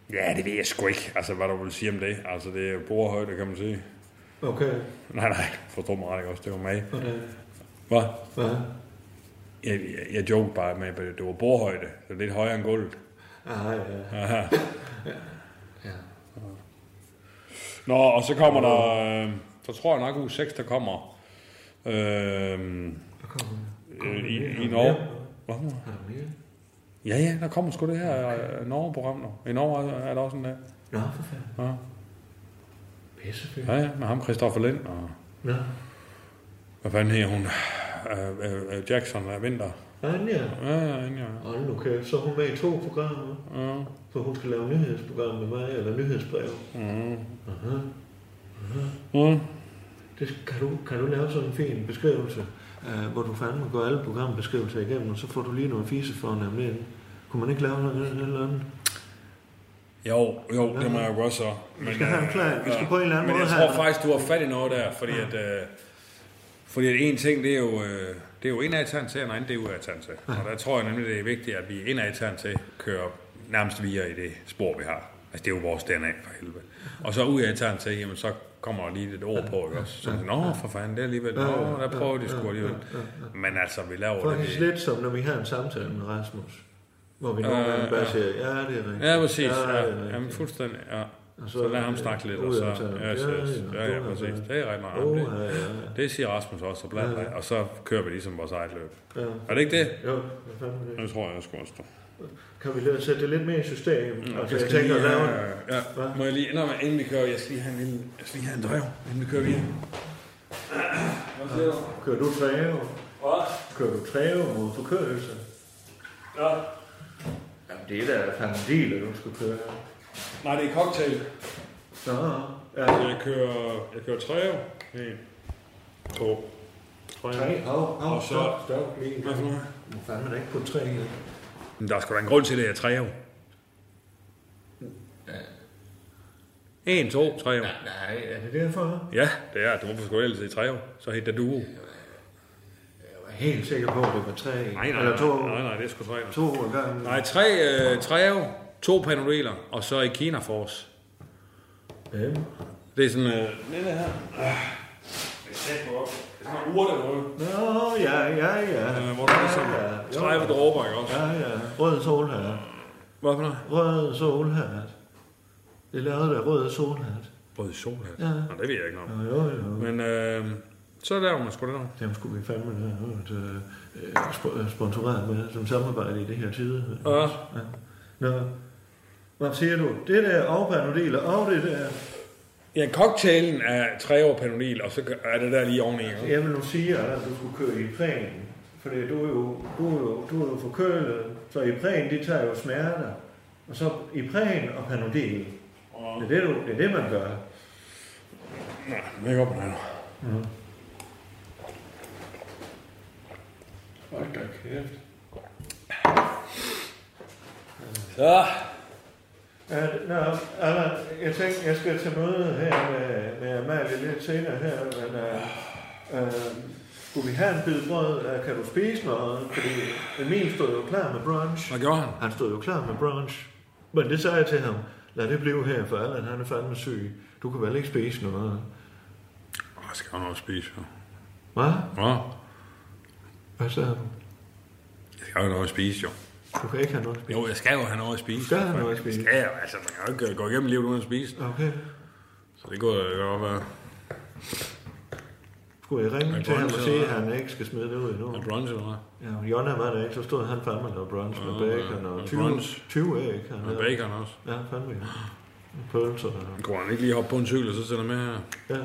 B: ja, det ved jeg sgu ikke, altså, hvad du vil sige om det. Altså, det er jo borehøjde, kan man sige.
C: Okay.
B: Nej, nej, forstå mig ret ikke også, det var mig.
C: Hvordan?
B: Hvad?
C: Hvad?
B: Jeg, jeg, jeg jokede bare med, at det var borehøjde. Det var lidt højere end gulvet.
C: Ah, ja.
B: Aha.
C: Ja.
B: Nå, og så kommer der... Øh, så tror jeg nok uge 6, der kommer... Øh, øh, i, i Norge. Hvad? for noget?
C: Har du mere?
B: Ja, ja, der kommer sgu det her øh, Norge-program nu. I Norge er er der også en der.
C: Nå, for fanden.
B: Ja,
C: Pissefyr.
B: ja, ja med ham, Christoffer Lind og...
C: Nå.
B: Hvad fanden hedder hun? Øh, øh, øh, Jackson er vinter.
C: Anja.
B: Ja, ja, ja.
C: Hold nu kæft, så er hun med i to programmer.
B: ja.
C: For hun skal lave nyhedsprogram med mig, eller nyhedsbrev.
B: Mm.
C: Det, skal- kan, du, kan du lave sådan en fin beskrivelse, uh, hvor du fandme går alle programbeskrivelser igennem, og så får du lige nogle fise for at ind. Kunne man ikke lave noget eller andet?
B: Jo, jo, det må jeg jo godt så. Men,
C: skal have en plan. Vi skal
B: øh,
C: på en eller anden
B: men
C: måde
B: jeg
C: have-
B: tror faktisk, du har fat i noget der, fordi at... Øh, fordi at en ting, det er jo, øh, det er jo indadtagen til, og en anden, det er udadtagen til. Og der tror jeg nemlig, det er vigtigt, at vi indadtagen til kører nærmest via i det spor, vi har. Altså, det er jo vores DNA for helvede. Og så udadtagen til, jamen, så kommer der lige et ord på, ikke også? Så er det, nå, for fanden, det er alligevel, nå, der prøver de sgu alligevel. Men altså, vi laver det.
C: Faktisk lidt som, når vi har en samtale med Rasmus. Hvor vi nogle
B: Øh,
C: gange bare
B: ja.
C: siger, ja, det er rigtigt.
B: Ja, præcis.
C: Ja,
B: Ja,
C: det er
B: jamen,
C: rigtigt.
B: fuldstændig. Ja.
C: Og
B: Så lad ham snakke lidt, og så... Ja, så, ja, ja, præcis. Det er rigtig
C: Oh,
B: meget.
C: ja,
B: Det,
C: ja,
B: det siger Rasmus også, og, bla, bla, og så kører vi ligesom vores eget løb.
C: ja.
B: Er det ikke det?
C: Jo, hvad fanden er det?
B: Det tror jeg, jeg skulle også stå.
C: Kan vi lige sætte det lidt mere i systemet? Mm, altså, jeg,
B: skal
C: tænker at
B: lige,
C: lave...
B: øh, ja, må jeg lige... Nå, men inden vi kører, jeg skal lige have en lille... Jeg skal lige have en drøv, inden vi kører videre. Hvad siger du?
C: Kører du træve?
D: Hvad?
C: Kører du træve mod forkørelse?
D: Ja.
C: Jamen, det er da fandme en del, at du skal køre.
B: Nej, det er cocktail.
C: Nå, ja.
B: Jeg kører, jeg kører træer. En, to, tre.
C: Tre, au, au,
B: Og så-
C: stop, stop lige.
B: Hvad for noget?
C: Må fandme da ikke på tre. ja.
B: Men der er sgu da en grund til, at jeg er træer. En, to, tre år.
A: Nej,
C: Er det derfor?
B: Ja, det er. Du må sgu ellers i tre år. Så helt der duo.
C: Jeg var helt sikker på, at det var tre.
B: Nej, nej,
C: Eller to,
B: nej, nej, nej, det er sgu tre år.
C: to gange.
B: Nej, tre, øh, tre år, to panodeler, og så i Kina Force.
C: Ja.
B: Det er sådan... Øh, det her. Det er tæt på op. Det er sådan en urte, hvor,
C: Nå, ja, ja, ja.
B: øh, hvor der er
C: Ja,
B: sådan
C: ja. Jo.
B: 30 dråber, ikke også?
C: Ja, ja. Rød solhat.
B: Hvad for noget?
C: Rød solhat. Det lavede der rød solhat.
B: Rød sol her.
C: Ja.
B: Nå, det ved jeg ikke noget om.
C: Nå, jo, jo.
B: Men øh, så laver man sgu det der.
C: Dem skulle vi fandme have hørt øh, øh, sp- sponsoreret med som samarbejde i det her tid.
B: Ja.
C: Nå. Hvad siger du? Det der afpanodeler og det der.
B: Ja, cocktailen er tre år panodil, og så er det der lige oveni. ikke?
C: Jeg vil nu sige, at du skulle køre i prægen. Fordi du er jo, du er jo, du er jo forkølet, så i prægen, det tager jo smerter. Og så i prægen og panodil. Det er det, du, det, er det man gør.
B: Læg op med det.
C: Hold da kæft.
B: Så.
C: Uh, nå, Allan, jeg tænkte, jeg skal til møde her med, med Amalie lidt senere her, men uh, uh, skulle vi have en bid brød? Uh, kan du spise noget? Fordi Emil stod jo klar med brunch.
B: Hvad gjorde han?
C: Han stod jo klar med brunch. Men det sagde jeg til ham, lad det blive her, for Allan han er fandme syg. Du kan vel ikke spise noget?
B: Jeg skal han også spise, jo.
C: Hvad?
B: Nå,
C: Hvad sagde du?
B: jeg skal jo have noget at spise, jo.
C: Du kan ikke have noget at spise.
B: Jo, jeg skal jo have noget at spise.
C: Skal have noget at spise.
B: Skal jeg, altså, man kan jo ikke øh, gå igennem livet uden at spise.
C: Okay.
B: Så det kunne jeg godt være.
C: Skulle jeg ringe
B: Men
C: til ham og
B: brunch,
C: sige,
B: eller
C: at han ikke skal smide det ud endnu?
B: Er brunch eller hvad?
C: Ja, Jonna var der ikke, så stod han fandme og lavede brunch med
B: Nå,
C: bacon
B: ja.
C: og
B: Og
C: 20,
B: brunch.
C: 20 æg. Han
B: Med
C: lavede.
B: bacon også.
C: Ja, fandme. ja. Og Pølser. og-
B: Kunne han ikke lige hoppe på en cykel og så sende med her?
C: Ja.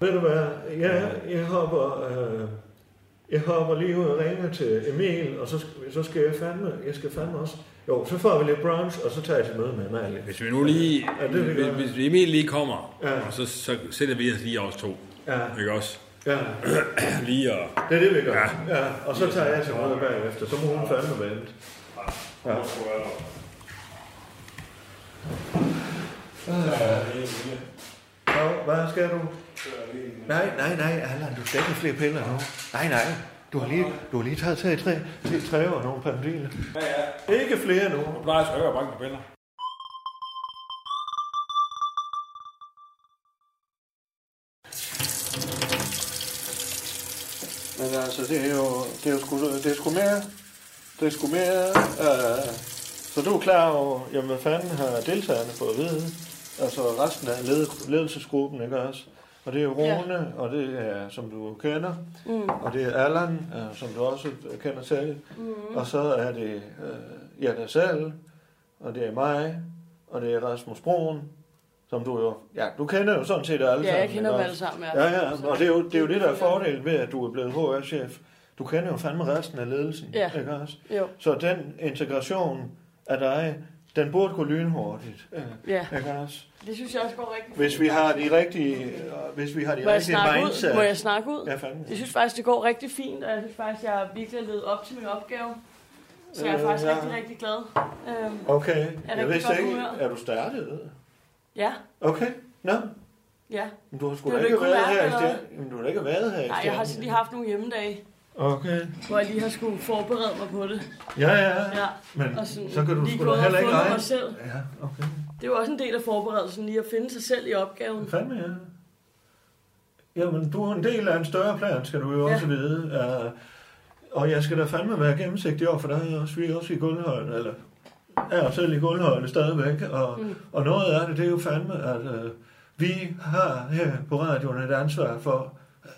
C: Ved du hvad? Ja, jeg hopper, øh, jeg hopper lige ud og ringer til Emil, og så, sk- så skal jeg fandme, jeg skal fandme også. Jo, så får vi lidt brunch, og så tager jeg til møde med Amalie.
B: Hvis vi nu lige...
C: Ja, det vil jeg
B: hvis, hvis Emil lige kommer,
C: Ja.
B: og så, så sætter vi os lige os to.
C: Ja,
B: Ikke også?
C: ja.
B: Lige og...
C: Det er det, vi gør. Ja, og så tager jeg til møde bagefter, så må hun fandme vente. Ja. Nå, hvad skal du? Nej, nej, nej, Allan, du skal ikke have flere piller nu. Nej, nej. Du har lige, du har lige taget til i tre, til tre år nogle pandiler.
B: Ja, ja.
C: Ikke flere nu.
B: Du plejer sgu ikke at banke på piller.
C: Men altså, det er jo, det er jo sgu, det er sgu mere. Det er sgu mere. Øh, så du er klar over, jamen, hvad fanden har deltagerne fået at vide? Altså resten af led, ledelsesgruppen, ikke også? Og det er Rune, ja. og det er, som du kender, mm. og det er Allan, øh, som du også kender selv. Mm. Og så er det øh, jeg der selv, og det er mig, og det er Rasmus Broen, som du jo... Ja, du kender jo sådan set alle sammen.
F: Ja, jeg kender
C: ikke
F: dem
C: også?
F: alle sammen, ja.
C: Ja, ja, og det er jo det, er jo det der er fordelen ved, at du er blevet HR-chef. Du kender jo fandme resten af ledelsen,
F: Ja.
C: ikke også?
F: Jo,
C: Så den integration af dig, den burde gå lynhurtigt, øh,
F: ja.
C: ikke også?
F: Det synes jeg også går rigtig
C: Hvis vi har de rigtige, øh, hvis vi har de
F: Må jeg
C: rigtige
F: snakke
C: mindset.
F: ud? Må jeg snakke ud?
C: Ja, fandme.
F: Jeg synes faktisk, det går rigtig fint, og jeg synes faktisk, jeg virkelig har levet op til min opgave.
A: Så jeg er
C: Øh,
A: faktisk
C: ja.
A: rigtig, rigtig glad. Øhm,
C: Okay. Jeg
A: rigtig
C: vidste
A: godt
C: ikke,
A: humør.
C: er du startet?
A: ja,
C: Okay. Nå,
A: ja.
C: men du har sgu
A: Det
C: da
A: har
C: ikke
A: du ikke
C: været
A: kunne
C: her i
A: mærke, eller
C: stjernen. Jamen, du har da ikke været her i
A: Nej, jeg har altså lige haft nogle hjemmedage,
C: Okay.
A: hvor jeg lige har skulle forberede mig på det.
C: Ja, ja,
A: Ja.
C: ja. Men
A: Og sådan,
C: så kan du
A: lige
C: sgu
A: gået
C: da
A: og
C: heller ikke
A: fundet mig
C: regne.
A: selv.
C: Ja, okay.
A: Det er jo også en del af forberedelsen, lige at finde sig selv i opgaven.
C: Fandme, ja. Jamen, du er en del af en større plan, skal du jo
A: Ja.
C: ja. også vide. Uh, og jeg skal da fandme være gennemsigtig over, for der er også, vi er også i guldhøjde, eller er jo selv i guldhøjde stadigvæk. Og, mm. og noget af det, det er jo fandme, at uh, vi har her på radioen et ansvar for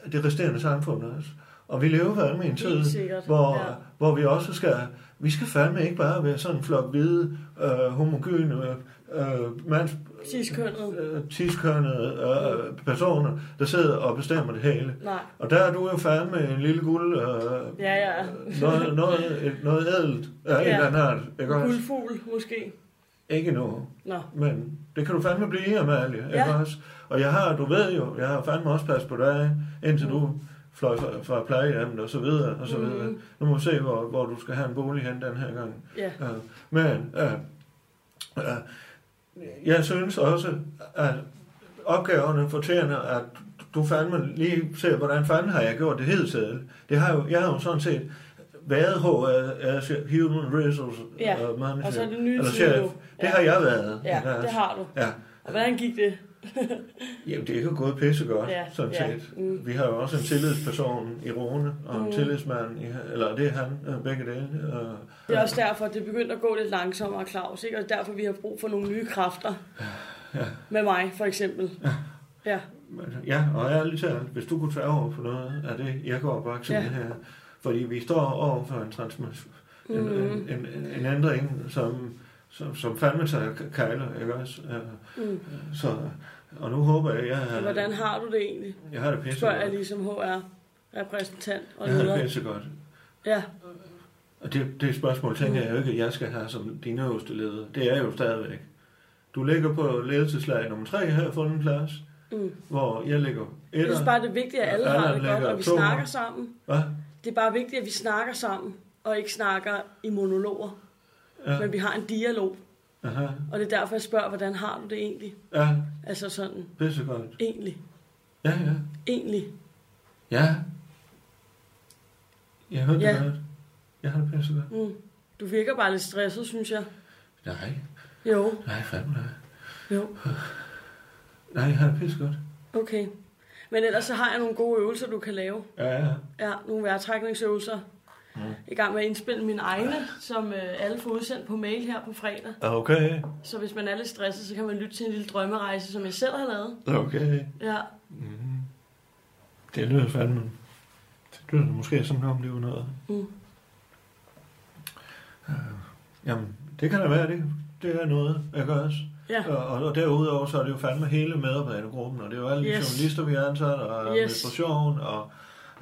C: øh, det resterende samfund også. Og vi lever fandme i en tid,
A: Helt sikkert,
C: hvor,
A: ja.
C: hvor vi også skal, vi skal fandme ikke bare være sådan en flok hvide, øh, homogyne, øh, mands,
A: Tidskønnet.
C: øh, tidskørnede øh, personer, der sidder og bestemmer det hele.
A: Nej.
C: Og der er du jo fandme en lille guld, øh,
A: Ja, ja.
C: noget, noget, et- noget ædelt af ja. en
A: Ja.
C: eller anden art, ikke også?
A: Guldfugl, måske.
C: Ikke nu,
A: Nå.
C: men det kan du fandme blive, Amalie, ikke
A: Ja.
C: også? Og jeg har, du ved jo, jeg har fandme også passet på dig, indtil
A: Mm.
C: du fløj fra, fra plejehjemmet og så videre, og så videre. Nu må vi se, hvor, hvor du skal have en bolig hen den her gang.
A: Ja.
C: Øh, Men øh, øh, jeg synes også, at opgaverne fortjener, at du fandme lige ser, hvordan fanden har jeg gjort det hidtil. Det har jo, jeg har jo sådan set været HS, Human Resource
A: Ja,
C: øh, Manager,
A: og så er det nye
C: eller
A: tid
C: chef.
A: nu.
C: Det
A: Ja.
C: har jeg været. ikke
A: Ja,
C: også?
A: det har du.
C: Ja,
A: Og hvordan gik det?
C: Jamen, det er jo gået pissegodt,
A: Ja,
C: ja, sådan
A: ja,
C: ja. set.
A: mm.
C: Vi har jo også en tillidsperson i Rune, og en mm. tillidsmand, i, eller det er han, øh, begge dele. Og,
A: Det er også derfor, at det begyndte at gå lidt langsommere, Claus. Ikke? Og det er derfor, vi har brug for nogle nye kræfter. Ja. Med mig, for eksempel. Ja. ja.
C: Altså, Ja, og ærligt talt, hvis du kunne tage over på noget af det, jeg går bak til
A: Ja.
C: ja. her, fordi vi står over for en, transmis- en,
A: Mm.
C: en, en, en ændring, som, som, som fandme tager k- kejler, ikke også? Øh,
A: Mm.
C: Så, og nu håber jeg, jeg,
A: Men Hvordan har du det egentlig?
C: jeg har det pisse
A: Spørger jeg
C: godt.
A: lige som HR-repræsentant og
C: Jeg har
A: leder.
C: det pisse godt.
A: Ja,
C: Og det, det spørgsmål
A: Mm.
C: tænker jeg jo ikke, at jeg skal have som din øverste leder. Det er jeg jo stadigvæk. Du ligger på ledelseslag nummer 3 her for en plads,
A: Mm.
C: hvor jeg ligger
A: jeg synes bare,
C: etter.
A: det er vigtigt, at alle
C: Allan
A: har det godt,
C: ligger
A: og vi
C: to.
A: snakker sammen.
C: Hvad?
A: Det er bare vigtigt, at vi snakker sammen, og ikke snakker i monologer.
C: Ja.
A: Men vi har en dialog,
C: Aha.
A: og det er derfor, jeg spørger, hvordan har du det egentlig?
C: Ja,
A: Altså sådan,
C: pisse godt.
A: egentlig,
C: Ja, ja.
A: egentlig.
C: Ja. Jeg hørte
A: Ja.
C: det godt. Jeg har det pisse godt.
A: Mm. Du virker bare lidt stresset, synes jeg.
C: Nej,
A: Jo,
C: nej, fandme nej.
A: jo,
C: Nej, jeg har det pisse godt.
A: okay. Men ellers så har jeg nogle gode øvelser, du kan lave.
C: Ja, ja.
A: Ja, nogle vejrtrækningsøvelser. Mm. I gang med at indspille mine egne, som øh, alle får udsendt på mail her på fredag.
C: Okay,
A: Så hvis man er lidt stresset, så kan man lytte til en lille drømmerejse, som jeg selv har lavet.
C: okay. Mm-hmm.
A: Ja,
C: Det lyder fandme. Det lyder måske sådan, om det var noget.
A: Mm.
C: Uh, jamen, det kan da være det. Det er noget, jeg gør også.
A: ja.
C: Og, og, og derudover så er det jo fandme hele medarbejdergruppen, og det er jo alle yes.
A: Yes.
C: journalister, vi har ansat, og
A: Yes.
C: administration, og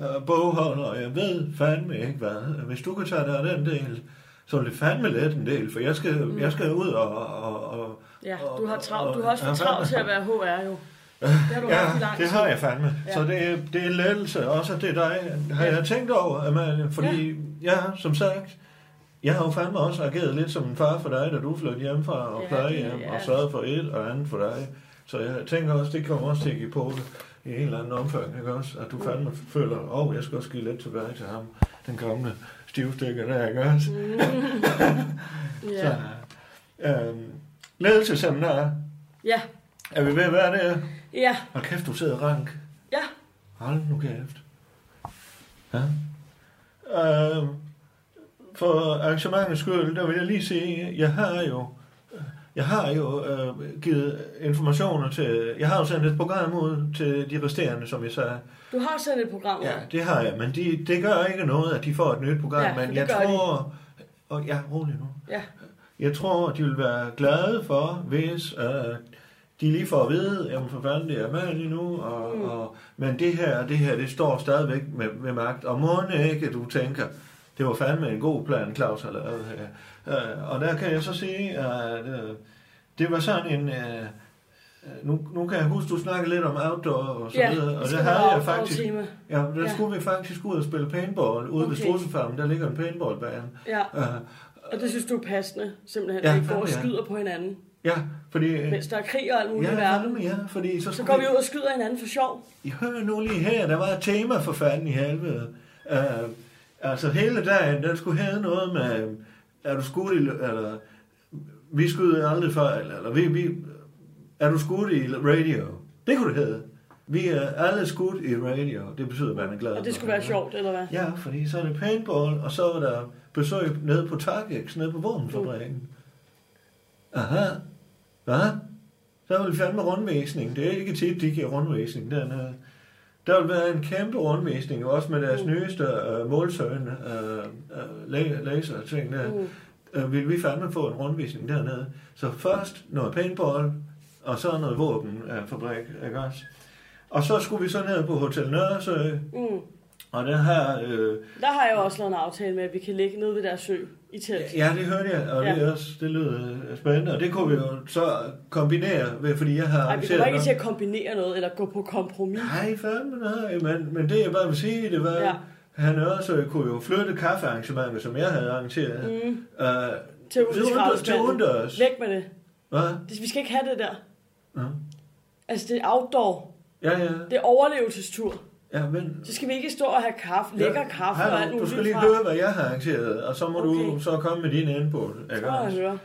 C: øh, bogholder, og jeg ved fandme ikke hvad. Hvis du kan tage dig af den del, så er det fandme let en del, for jeg skal, mm. jeg skal ud og... og, og
A: Ja,
C: og-
A: du har
C: og-
A: travlt. Du har også for
C: og-
A: travlt til at være HR jo. Det har du haft i lang
C: det
A: tid.
C: har jeg fandme.
A: Ja.
C: Ja. Så det, er- det er en lettelse, også at det er dig, har
A: Ja.
C: jeg tænkt over, Amalie, fordi ja. jeg, som sagt, jeg har jo fandme også ageret lidt som en far for dig, da du flyttede hjemmefra og
A: Ja,
C: ja,
A: det-
C: plejehjem
A: ja.
C: og sørgede for et og andet for dig. Så jeg tænker også, det kommer også til at give på det i en eller anden omfang, ikke også? At
A: Mm.
C: du fandme føler, åh, oh, jeg skal også give lidt tilbage til ham, den gamle stivstikker der, ikke også?
A: Mm, Ja.
C: Så, øhm, ledelsesseminar,
A: ja,
C: er vi ved at være der?
A: ja,
C: Hold kæft, du sidder rank.
A: ja.
C: Hold nu kæft. Ja. Øh, for arrangementets skyld, der vil jeg lige sige, jeg har jo jeg har jo øh, givet informationer til... Jeg har jo sendt et program ud til de resterende, som jeg sagde.
A: Du har sendt et program.
C: Ja,
A: ud.
C: det har jeg, men de, det gør ikke noget, at de får et nyt program.
A: Ja, for
C: men
A: det
C: jeg
A: gør de.
C: tror... Og, ja, rolig nu.
A: ja.
C: Jeg tror, de vil være glade for, hvis øh, de lige får at vide, jamen for fanden, det er mand lige nu, og, mm. og, men det her og det her, det står stadigvæk med, med magt. Og må ikke, at du tænker, det var fandme en god plan, Claus har lavet her. Øh, og der kan jeg så sige, at øh, det var sådan en... Øh, Nu, nu kan jeg huske, du snakkede lidt om outdoor og så
A: Ja,
C: videre, og
A: vi
C: det
A: skal
C: havde
A: være
C: jeg faktisk.
A: outdoor-tema.
C: Ja, der
A: Ja.
C: ja. skulle vi faktisk ud og spille paintball ude okay. ved
A: Okay.
C: Strussefarmen. Der ligger en paintballbane.
A: Ja,
C: Uh,
A: og det synes du er passende, simpelthen,
C: Ja,
A: ja, at vi går og
C: fandme, ja.
A: skyder på hinanden,
C: ja, fordi...
A: mens der er krig og alt muligt i
C: Ja,
A: verden.
C: fandme, ja, fordi så,
A: Så
C: skulle
A: går vi ud og skyder hinanden for sjov.
C: I hører nu lige her, der var et tema for fanden i helvede. Uh, altså hele dagen, den skulle have noget med, øh, er du skudt i, lø- eller vi skyder aldrig fejl, eller vi, vi, er du skudt i radio? Det kunne det hedde. Vi er alle skudt i radio. Det betyder, at man er glad.
A: Og det skulle
C: for
A: være sjovt, eller hvad?
C: Ja, fordi så er det paintball, og så er der besøg nede på Targex, nede på våbenfabrikken. Aha. Hvad? Der vil fandme rundvisning. Det er ikke tit, de giver rundvisning dernede. Der vil være en kæmpe rundvisning, også med
A: Mm.
C: deres nyeste øh, målsøgende øh, øh, laser ting der.
A: Mm.
C: Øh, vil vi fandme få en rundvisning dernede. Så først noget paintball, og så noget våbenfabrik, ikke også? Og så skulle vi så ned på Hotel Nørresø,
A: Mm.
C: og der har øh,
A: Der har jeg jo også lavet en aftale med, at vi kan ligge nede ved deres sø i telt.
C: Ja, det hørte jeg, og ja. det,
A: Ja.
C: er også, det lød øh, spændende, og det kunne vi jo så kombinere, ved, fordi jeg har
A: Nej, vi kommer ikke
C: noget.
A: til at kombinere noget, eller gå på kompromis.
C: Nej, fandme nej, men, men det jeg bare vil sige, det var, ja.
A: Ja.
C: han også øh, kunne jo flytte kaffearrangementer, som jeg havde arrangeret, mm.
A: Mm.
C: øh,
A: Til ud i
C: til under- til
A: skraldespanden.
C: unders.
A: Væk med det.
C: Hvad?
A: Det- Vi skal ikke have det der.
C: Ja.
A: Altså, det er outdoor.
C: Ja, ja,
A: Det er overlevelsestur.
C: ja, men...
A: Så skal vi ikke stå og have kaffe, lækker kaffe og alt
C: Hallo,
A: muligt
C: du skal lige
A: fra.
C: høre, hvad jeg har arrangeret, og så må okay. du
A: Okay.
C: så komme med din input.
A: Det
C: Ikke?
A: tror jeg, jeg
C: også?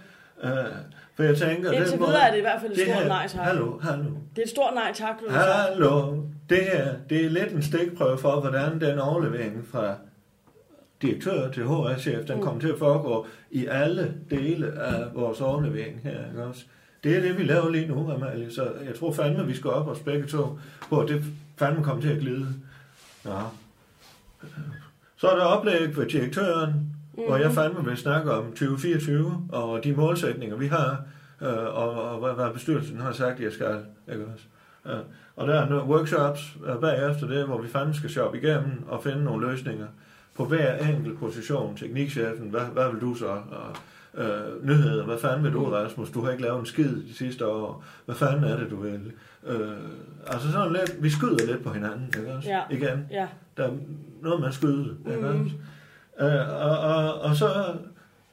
A: hører.
C: Øh, for jeg tænker... den
A: Indtil
C: måde-
A: videre er det i hvert fald et
C: det
A: stort
C: her-
A: nej tak.
C: Hallo, hallo.
A: Det er et stort nej tak, du har sagt.
C: Hallo, det her, det er lidt en stikprøve for, hvordan den overlevering fra direktør til HR-chef, den kommer til at foregå i alle dele af vores overlevering her, ikke også? Det er det, vi laver lige nu, Amalie, så jeg tror fandme, vi skal op og begge to, hvor det fandme kommer til at glide. Ja. Så er der oplæg ved direktøren, mm-hmm. hvor jeg fandme vil snakke om 2024 og de målsætninger, vi har, øh, og, og hvad, hvad bestyrelsen har sagt, jeg skal, ikke også? Ja. Og der er nogle workshops øh, bagefter det, hvor vi fandme skal shoppe igennem og finde nogle løsninger på hver enkelt position. Teknikchefen, hvad, hvad vil du så? Og, øh, nyheder, hvad fanden vil du, Rasmus? Du har ikke lavet en skid de sidste år. Hvad fanden er det, du vil? Øh, altså sådan lidt, vi skyder lidt på hinanden, ikke også?
A: Ja.
C: Igen
A: Ja,
C: der er noget, man skyder. Mm. Øh, og, og, og så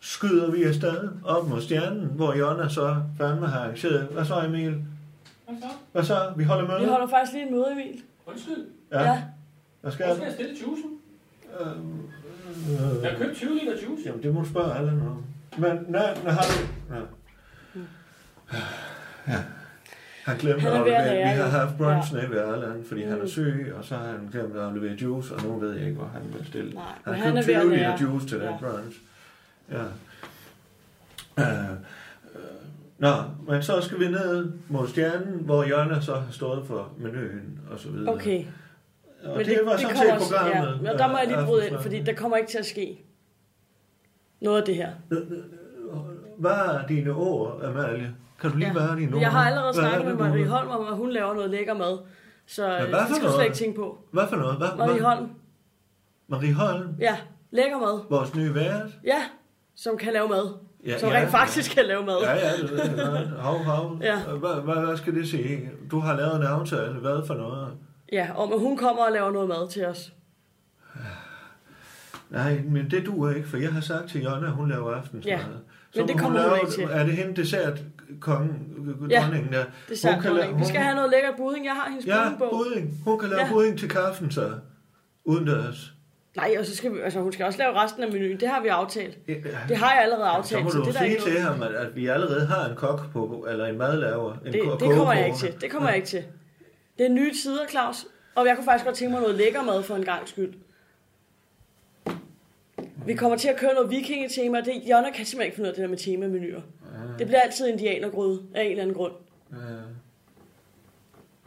C: skyder vi afsted op mod stjernen, hvor Jonna så fandme har arrangeret. Hvad så, Emil?
D: Hvad så?
C: Hvad så? Vi holder møde?
A: vi holder faktisk lige en møde, Emil.
D: Undskyld.
A: Ja. ja.
C: Hvad skal
D: Hvor skal
C: jeg?
D: jeg stille juicen?
C: Øh,
D: Jeg har købt 20 liter juice.
C: Jamen, det må du spørge alle om. Men nej, nej, har du... Nej. Ja. Han glemte
A: Han er
C: at
A: ved at
C: aflevere, vi
A: lære,
C: har
A: jo.
C: haft brunch ja. nede ved Erland, fordi mm. han er syg, og så har han glemt at aflevere juice, og nu ved jeg ikke, hvor han vil stille.
A: Nej,
C: han
A: men han er
C: købte
A: ved
C: 20
A: at
C: liter
A: lære.
C: juice til den
A: Ja.
C: brunch. Ja. Øh, øh, Nå, men så skal vi ned mod stjernen, hvor Jonna så har stået for menuen og så videre.
A: Okay.
C: Og det, det var sådan set
A: kommer også-
C: programmet. øh,
A: Ja, men der må jeg lige bryde ind,
C: aftensmad.
A: fordi der kommer ikke til at ske noget af det her.
C: Hvad er dine ord, Amalie? Kan du lige ja. være dine ord?
A: Jeg har allerede
C: Hvad er
A: snakket med
C: det,
A: Marie
C: du-
A: Holm om, at hun laver noget lækker mad. Så
C: hvad
A: øh,
C: for
A: det skal du
C: noget?
A: slet ikke tænke på.
C: Hvad for noget? Hvad,
A: Marie
C: hvad-
A: Holm,
C: Marie Holm,
A: ja, lækker mad.
C: vores nye vært.
A: Ja, som kan lave mad.
C: Ja,
A: som
C: ja,
A: rent faktisk kan lave mad.
C: Ja, ja, det ved jeg godt. Hav, hav.
A: Ja.
C: Hvad, hvad, hvad skal det sige? Du har lavet en aftale. Hvad for noget?
A: Ja, om at hun kommer og laver noget mad til os.
C: Nej, men det duer ikke, for jeg har sagt til Jonna, at hun laver aftensmad.
A: Ja,
C: Så
A: men det
C: må
A: kommer hun
C: lave-
A: ikke til.
C: Er det hende dessert kongen,
A: Ja,
C: dronningen der?
A: Det sagde
C: kan lave-
A: hun, Vi skal have noget lækkert budding. Jeg har hendes ja,
C: Ja,
A: buddingbog.
C: budding. Hun kan lave ja.
A: Ja.
C: budding til kaffen, så. Uden dørs.
A: Nej, og så skal vi, altså, hun skal også lave resten af menuen. Det har vi aftalt.
C: Ja.
A: Det har jeg allerede
C: Så
A: aftalt,
C: må
A: så,
C: du
A: det
C: det
A: er der
C: sige
A: ikke
C: til
A: noget.
C: ham, at, at vi allerede har en kok på, eller en madlaver. En
A: Det,
C: ko-
A: det kommer jeg
C: kogekone.
A: ikke til. Det kommer jeg ikke til. Det er nye tider, Claus. Og jeg kunne faktisk godt tænke mig noget lækker mad for en gang skyld.
C: Mm.
A: Vi kommer til at køre noget vikingetema. Det, Jonna kan simpelthen ikke finde ud af det der med temamenuer.
C: Ah.
A: Det bliver altid indianergryde af en eller anden grund.
C: Ja.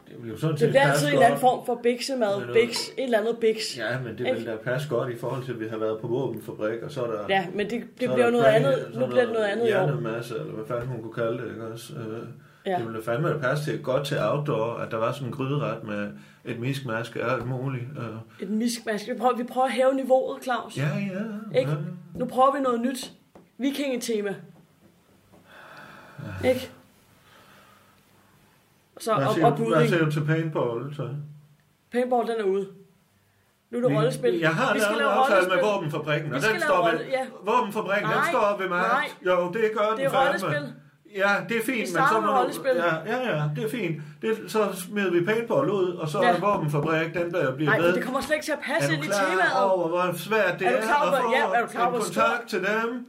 C: Det vil jo sådan
A: Det
C: set
A: bliver
C: passe
A: altid en
C: godt.
A: eller anden form for biksemad.
C: Men, øh,
A: Biks, et eller andet biks.
C: Ja, men det vil
A: Ikke?
C: da passe godt i forhold til, at vi har været på våbenfabrik, og så er der...
A: Ja, men det,
C: så
A: det
C: er
A: bliver
C: der
A: noget
C: brain,
A: andet.
C: og så
A: Nu
C: er
A: bliver det
C: der
A: noget andet i år.
C: Hjernemasse, eller hvad fanden hun kunne kalde det, ikke også? Øh,
A: Ja.
C: Det ville da fandme passe til, godt til outdoor, at der var sådan en gryderet med et miskmaske og alt muligt. øh.
A: Et miskmask. Vi prøver, vi prøver at hæve niveauet, Claus.
C: Ja, ja.
A: Ikke?
C: ja.
A: Nu prøver vi noget nyt. Vikingetema. Ikke? Så
C: Hvad
A: op,
C: siger,
A: op
C: du- hvad
A: budding.
C: siger du til paintball, så?
A: Paintball, den er ude. Nu er det rollespil.
C: Jeg har
A: Vi
C: en
A: skal
C: anden
A: lave
C: aftale med
A: rollespil.
C: våbenfabrikken, og
A: Vi skal
C: den
A: lave
C: står ved,
A: rolle- ja.
C: våbenfabrikken, den
A: Nej,
C: står ved magt.
A: nej.
C: Jo, det gør den
A: Det er
C: fandme.
A: rollespil.
C: Ja, det er fint, men
A: starter
C: så
A: med
C: må du...
A: rollespil.
C: Ja, ja, ja, det er fint. Det, så smider vi paintball ud, og så
A: Ja.
C: er våbenfabrik, den der bliver
A: Nej,
C: ved.
A: for det kommer slet ikke til at
C: er
A: passe
C: du
A: ind i
C: klar
A: temaet.
C: over, hvor svært det
A: Er
C: er,
A: du klar
C: at
A: over-
C: få
A: ja, er du klar
C: en
A: over, hvor
C: kontakt til dem?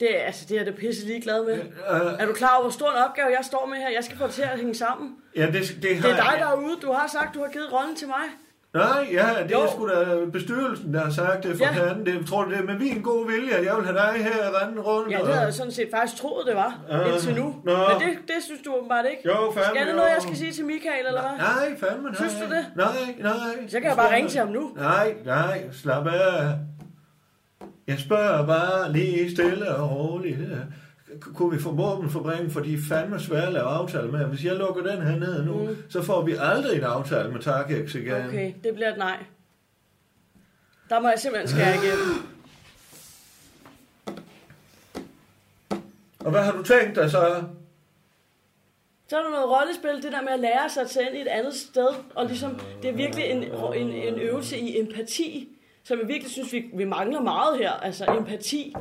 A: Det, er- altså, det er jeg da pisse ligeglad med.
C: Øh,
A: Er du klar over, hvor stor en opgave jeg står med her? Jeg skal få det til at hænge sammen.
C: ja, det, det, har
A: Det er dig,
C: jeg-
A: der er ude. Du har sagt, du har givet rollen til mig.
C: Nej, ja, det
A: Jo.
C: er sgu da bestyrelsen, der har sagt det for ja.
A: Ja.
C: fanden. Det, tror du, det er med min gode vilje, at jeg vil have dig her rende rundt?
A: Ja,
C: og-
A: det altså- havde jeg sådan set faktisk troet, det var.
C: Øh,
A: indtil nu.
C: nå.
A: Men det, det synes du åbenbart ikke.
C: Jo, fandme.
A: er det
C: jo.
A: noget, jeg skal sige til Michael, eller hvad?
C: Nej, fandme nej.
A: Synes du det?
C: Nej, nej.
A: Så kan jeg bare ringe til ham nu.
C: Nej, nej, slap af. Jeg spørger bare lige stille og roligt. K- Kunne vi få våbenfabrikken, for de er fandme svære at lave aftaler med. Hvis jeg lukker den her ned nu, mm. så får vi aldrig en aftale med Targex igen.
A: Okay, det bliver et nej. Der må jeg simpelthen skære igennem.
C: Og hvad har du tænkt dig så?
A: Så er der noget rollespil, det der med at lære sig at tage ind i et andet sted, og ligesom, det er virkelig en, en, en øvelse i empati, som jeg virkelig synes, vi, vi mangler meget her, altså empati.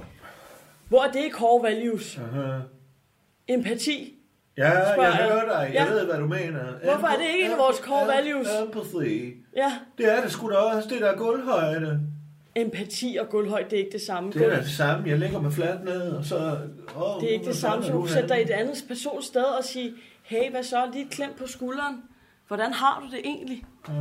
A: Hvor er det i core values?
C: Uh-huh.
A: Empati.
C: Ja,
A: Spørger
C: jeg
A: jeg.
C: hører dig. Jeg
A: Ja.
C: ved, hvad du mener.
A: Hvorfor er det ikke en af vores core values?
C: Empathy.
A: Ja,
C: Det er det sgu da også. Det der gulvhøjde.
A: empati og gulvhøjde, det er ikke det samme.
C: Det er da det samme. Jeg ligger mig fladt ned, og så... Oh,
A: Det er ikke det samme, som at du sætter dig i et andet persons sted og sige, hey, hvad så, lige et klem på skulderen. Hvordan har du det egentlig?
C: Ja.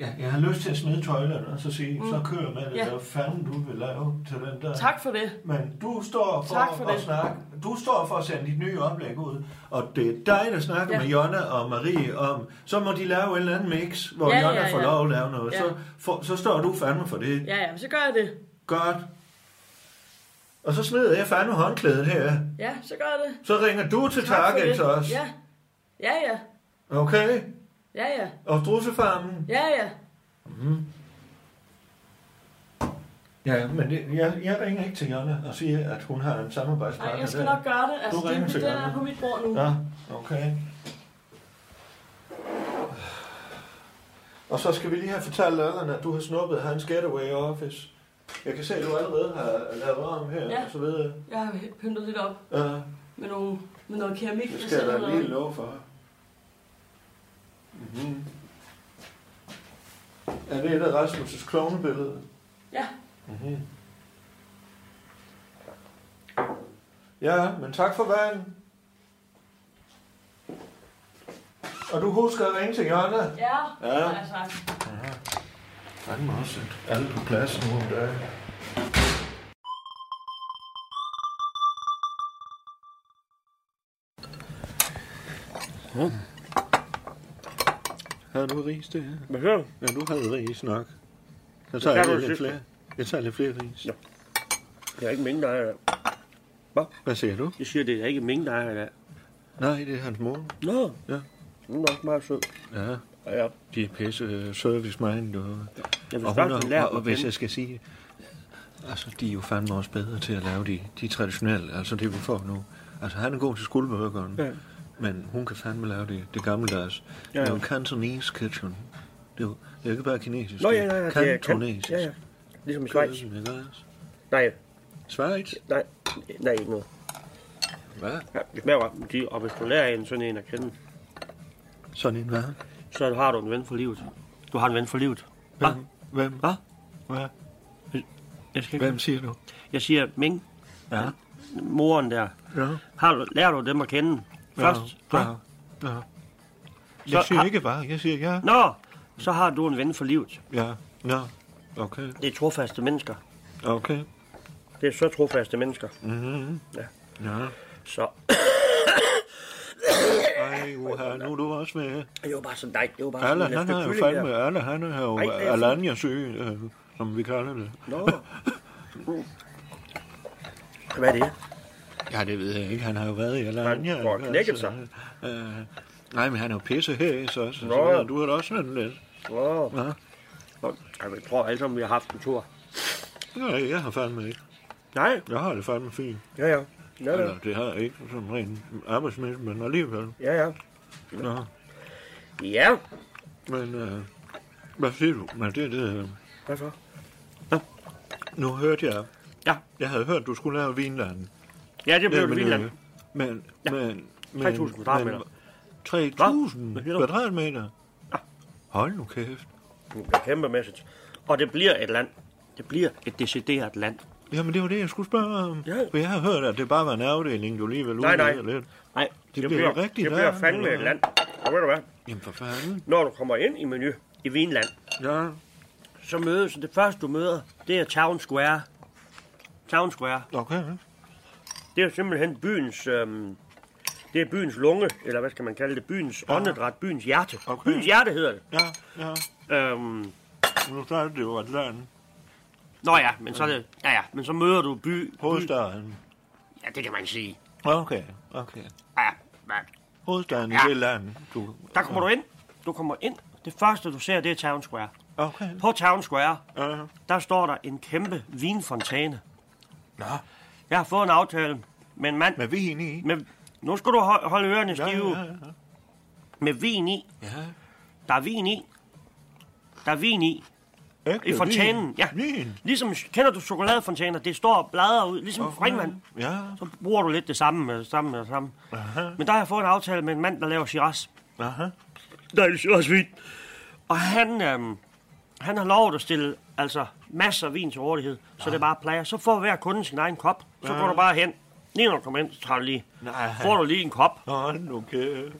C: Ja, jeg har lyst til at smide tøjlerne og så sige, mm. så kører med det,
A: Ja.
C: ja. hvad fanden du vil lave til den der.
A: Tak for det.
C: Men du står for,
A: Tak for
C: at
A: det.
C: snakke, du står for at sende dit nye oplæg ud, og det er dig, der snakker ja.
A: Ja.
C: med Jonna og Marie om, så må de lave en eller anden mix, hvor
A: Ja,
C: ja,
A: ja,
C: Jonna ja, får
A: ja.
C: lov at lave noget. Ja.
A: Ja.
C: Så, for, så står du fandme for det. Ja.
A: Ja, ja, så gør jeg det.
C: Godt. Og så smider jeg fandme håndklædet her.
A: Ja, så gør jeg det.
C: Så ringer du til
A: Tak for
C: Target
A: det.
C: også.
A: Ja, ja, ja.
C: Okay?
A: Ja, ja.
C: Og strussefarmen?
A: Ja, ja.
C: Ja, men det, jeg, jeg ringer ikke til Jonna og siger, at hun har en samarbejdspartner.
A: Ej, jeg skal
C: der.
A: nok gøre det. Altså,
C: Du ringer
A: det,
C: til
A: det er
C: Jonna.
A: på mit bord nu.
C: Nå, okay. Og så skal vi lige have fortalt Allan, at du har snuppet hans getaway office. Jeg kan se, at du allerede har lavet om her
A: Ja.
C: og så videre.
A: Jeg har pyntet lidt op
C: Ja,
A: med, nogle, med noget keramik.
C: det
A: jeg
C: skal jeg
A: selv
C: da
A: har
C: lige
A: lavet.
C: love for. Mm-hmm. Er det et af Rasmus' klovnebillede?
A: Ja,
C: Mm-hmm. Ja, men tak for vejen. Og du husker at ringe til Jonna?
A: ja,
C: Ja.
A: ja. Altså,
C: Han må også sætte alle på plads nu om dagen. Har du ris det her?
F: Hvad så?
C: Ja, du havde ris nok. Jeg tager
F: Jeg har
C: jeg lidt
F: ris.
C: flere. Jeg tager lidt flere ris.
F: Ja. Det er ikke mine, der er der.
C: Hvad siger du?
F: Jeg siger, det er ikke mine, der er der.
C: Nej, det er hans mor.
F: Nå,
C: Ja.
F: hun er også meget sød.
C: Ja,
F: Ja, ja.
C: de er pisse service mind. Og,
F: Jeg vil
C: og,
F: starte med
C: hun
F: lære
C: er,
F: at
C: og hvis
F: kende.
C: jeg skal sige... Altså, de er jo fandme også bedre til at lave de, de traditionelle, altså det vi får nu. Altså, han er god til skuldbøgeren,
F: Ja.
C: men hun kan fandme lave det, det gammeldags.
F: Ja,
C: Ja,
F: ja.
C: ja. Det er jo Cantonese kitchen. Det er jo det er ikke bare kinesisk.
F: Nå,
C: det
F: ja,
C: er
F: ja, ja. det er-
C: Kantonesisk.
F: Ja, ja. Ligesom i Schweiz.
C: Køkken, ikke også?
F: Nej,
C: Schweiz?
F: nej, nej, ikke noget.
C: Hvad?
F: Ja, det smager godt. De- Og hvis du lærer en sådan en at kende,
C: Sådan en hvad?
F: så har du en ven for livet. Du har en ven for livet. Hvad?
C: Hvem? Hvem?
F: Hvad?
C: Hvad?
F: Jeg, skal ikke.
C: Hvem siger du?
F: jeg siger, Ming,
C: Ja.
F: moren der,
C: Ja.
F: har du, lærer du dem at kende først?
C: Ja.
F: hva?
C: ja. ja.
F: Så
C: Jeg siger
F: har-
C: ikke bare, jeg siger ja.
F: Nå, så har du en ven for livet.
C: Ja, ja. Okay,
F: Det er trofaste mennesker.
C: okay.
F: Det er så trofaste mennesker.
C: Ja.
F: Så
C: Ej, uha, nu er du også med.
F: det var bare sådan, nej, det var bare
C: Alle,
F: sådan
C: han har jo
F: kylling
C: fandme,
F: der.
C: alle, han har jo
F: Ej, det er fint.
C: Alanya syg, øh, som vi kalder det.
F: Nå. Hvad er det?
C: Ja, det ved jeg ikke. Han har jo været i Alanya.
F: Han får
C: ikke?
F: knækket
C: Altså, Øh, nej, men han er jo pisse her, så, så, så
F: Nå.
C: ved jeg, du har da også sådan lidt.
F: Åh.
C: Ja.
F: Nå, Jeg tror alle sammen, vi har haft en tur.
C: Nej, jeg har fandme ikke.
F: Nej.
C: Jeg har det fandme fint.
F: Ja, ja.
G: Ja,
C: Eller,
G: da.
C: det har jeg ikke sådan rent arbejdsmæssigt, men alligevel.
G: ja, ja.
C: Nå,
G: Ja,
C: men øh, hvad siger du? Men det, er det, øh,
G: hvad så?
C: nu hørte jeg,
F: Ja.
C: jeg havde hørt, du skulle lave vinlanden.
F: Ja, det blev
C: Ja,
F: det
C: men,
F: vildt.
C: øh, men,
F: Ja.
C: men, men,
F: 3.000 kvadratmeter.
C: men- 3.000
F: Hvad siger du?
C: kvadratmeter? Hold nu kæft.
F: Det bliver kæmpe message. Og det bliver et land. Det bliver et decideret land.
C: Jamen, det var det, jeg skulle spørge om.
F: Ja.
C: For jeg har hørt, at det bare var en afdeling, du lige ville
F: Nej, nej.
C: udvide lidt.
F: Nej, det,
C: bliver rigtigt
F: Det bliver
C: land,
F: fandme
C: eller
F: et
C: hvad?
F: land. Og ved du hvad?
C: Jamen, for fanden.
F: Når du kommer ind i menu i Vinland,
C: Ja.
F: så mødes det første, du møder, det er Town Square. Town Square.
C: Okay.
F: Det er simpelthen byens... Øhm, det er byens lunge, eller hvad skal man kalde det? Byens åndedræt, byens hjerte.
C: Okay.
F: Byens hjerte hedder det.
C: Ja, ja.
F: Øhm,
C: Nu sagde det jo, at land.
F: Nå ja, men så, er det, ja, ja, men så møder du by... by
C: Hovedstaden.
F: ja, det kan man sige.
C: Okay, okay.
F: Ja, ja, men
C: Hovedstaden
F: Ja.
C: i det land, du...
F: der kommer du ind. Du kommer ind. Det første, du ser, det er Town Square.
C: Okay.
F: På Town Square,
C: Ja.
F: der står der en kæmpe vinfontæne.
C: Nå,
F: Jeg har fået en aftale med en mand.
C: med vin i.
F: Med, nu skal du ho- holde ørerne
C: Ja,
F: stive.
C: ja, ja.
F: Med vin i.
C: ja.
F: Der er vin i. Der er vin i.
C: Ægte
F: I fontænen.
C: vin.
F: Ja.
C: Vin.
F: Ligesom, kender du chokoladefontæner? Det står og bladrer ud, ligesom okay. springvand.
C: Ja.
F: Så bruger du lidt det samme med det samme med det samme.
C: Aha.
F: Men der har jeg fået en aftale med en mand, der laver Shiraz.
C: Aha.
F: Dejligt Shiraz-vin. Og han, øhm, han har lovet at stille altså, masser af vin til rådighed, så det bare plejer. Så får hver kunde sin egen kop. Så går du bare hen. Lige når du kommer ind, så tager du lige,
C: Nej.
F: får du lige en kop.
C: Hold nu kæft.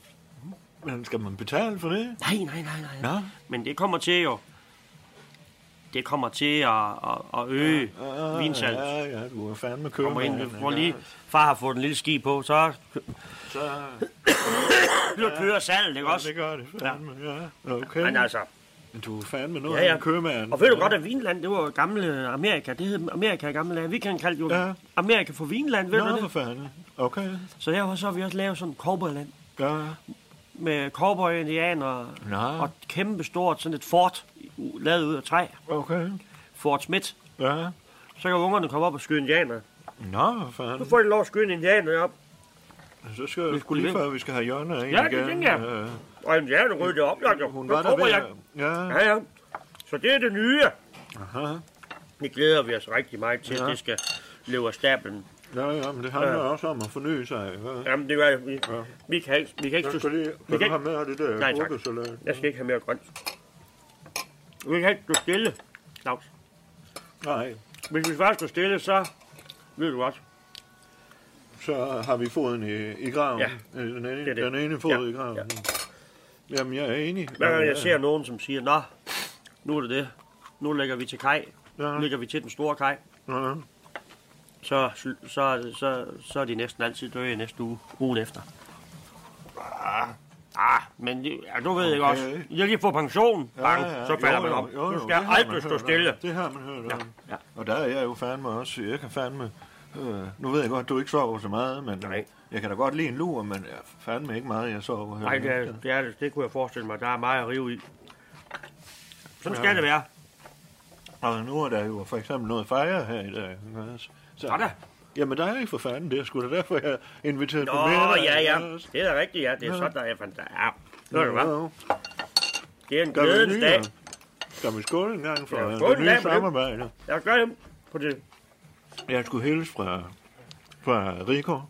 C: Men skal man betale for det?
F: Nej, nej, nej, nej.
C: Nå.
F: Men det kommer til jo... Det kommer til at, at, at øge ja, vinsalget.
C: Ja, ja, du er fandme køber.
F: Kommer ind, du får lige... Far har fået en lille ski på, så
C: Så,
F: bliver kører salget, ikke
C: ja,
F: også?
C: det gør det fandme, ja. Okay.
F: Men altså,
C: Du er fandme noget
F: Ja,
C: ja,
F: ja.
C: ja. en købmand.
F: Og ved du godt, at Vinland, det var jo gamle Amerika. Det hed Amerika i gamle dage. Vi kan kalde jo
C: Ja.
F: Amerika for Vinland, ved
C: Nå,
F: du
C: for
F: det?
C: fanden. Okay.
F: Så derfor så har vi også lavet sådan et cowboyland
C: Ja.
F: med cowboy-indianer
C: Nå.
F: og kæmpe stort sådan et fort u- lavet ud af træ.
C: Okay.
F: Fort Smith.
C: Ja.
F: Så kan ungerne komme op og skyde indianer.
C: Nå, for
F: Nu
C: fanden.
F: får de lov at skyde en indianer op.
C: Så skal vi
F: skulle
C: skulle lige
F: lige-
C: før, vi skal have Jonna ind
F: Ja, det
C: igen.
F: tænker jeg.
C: Øh,
F: Og indianer rydder det op, jo.
C: Hun
F: Så
C: var der
F: kommer
C: ved.
F: jeg.
C: Ja.
F: Ja, ja. Så det er det nye.
C: Aha.
F: Det glæder vi os rigtig meget til, at
C: Ja.
F: det skal løbe af stablen.
C: Ja, ja, men det handler også om at forny sig. Hvad?
F: Jamen, det gør vi.
C: Ja.
F: Vi kan ikke... Vi kan ikke
C: Jeg
F: stå-
C: skal lige
F: vi
C: vil
F: kan
C: du
F: ikke-
C: have med af det der
F: Nej, tak.
C: frokostsalat.
F: Jeg skal ikke have mere grønt. Vi kan ikke stå stille, Claus.
C: Nej,
F: Hvis vi først står stille, så ved du godt.
C: så har vi foden i, i graven.
F: Ja,
C: Øh, Den ene,
F: det er det.
C: Den ene fod
F: Ja,
C: i graven. Jamen, jeg er enig.
F: Hver gang jeg
C: Ja,
F: ser nogen, som siger, nå, nu er det det. Nu lægger vi til kaj.
C: Ja.
F: Nu lægger vi til den store kaj.
C: ja.
F: Så, så, så, så er de næsten altid døde i næste uge, ugen efter. Ah, men det- ja, du ved okay. ikke også. Jeg lige får pension, bang,
C: Ja, ja,
F: så falder
C: jo,
F: man
C: jo,
F: op.
C: jo, jo,
F: Du
C: det
F: skal
C: har man
F: aldrig
C: hørt
F: stå
C: om.
F: stille.
C: Det har man hørt om.
F: ja.
C: Og der er jeg jo fandme også. Jeg kan fandme... Øh, nu ved jeg godt, du ikke sover så meget, men
F: Nej.
C: jeg kan da godt lide en lur, men jeg fandme ikke meget, jeg sover her.
F: Nej, det, er, det, er, det kunne jeg forestille mig. Der er meget at rive i. Sådan skal det være.
C: Og nu er der jo for eksempel noget fejre her i dag. ikke også? Så,
F: Hvad da?
C: Jamen, der er ikke for fanden, det er sgu da derfor, jeg inviterede
F: Nå,
C: på middag.
F: ja, ja.
C: ikke også?
F: Det er da rigtigt, ja. Det er
C: Ja.
F: sådan, der er fantastisk. Ja. Ved du hvad?
C: Jo, jo.
F: Det er en
C: Skal vi
F: glædens
C: lige-
F: dag.
C: Skal vi skåle en gang for
F: Ja,
C: ja,
F: skål
C: det
F: en
C: nye
F: dag for det.
C: samarbejde?
F: Jeg gør det på det.
C: Jeg skulle hilse fra, fra Rico,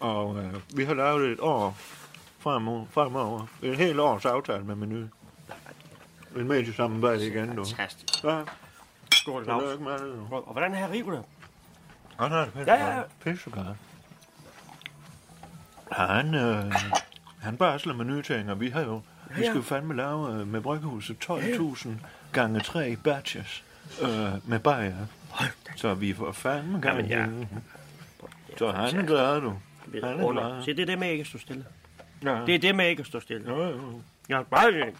C: og øh, vi har lavet et år fremover, fremover. En hel års aftale med menu. En mediesamarbejde igen, du.
F: Fantastisk.
C: Ja,
F: Skål,
C: så
F: Claus.
C: lykke med det, du.
F: Og hvordan er Rico der?
C: Han har det pisse
F: Ja, ja, ja.
C: godt. Pisse godt. Han, øh, han barsler med nye ting, og vi har jo... Vi skal jo fandme lave øh, med bryghuset 12.000 gange 3 batches øh, med bajer. Så vi får fandme gang
F: Jamen, ja.
C: ja. Så han er glad, du.
F: Det
C: Han
F: er
C: er
F: under.
C: glad.
F: Se, det er det med ikke at stå stille.
C: Ja.
F: Det er det med ikke at stå stille.
C: Jo, jo.
F: Jeg er bare det.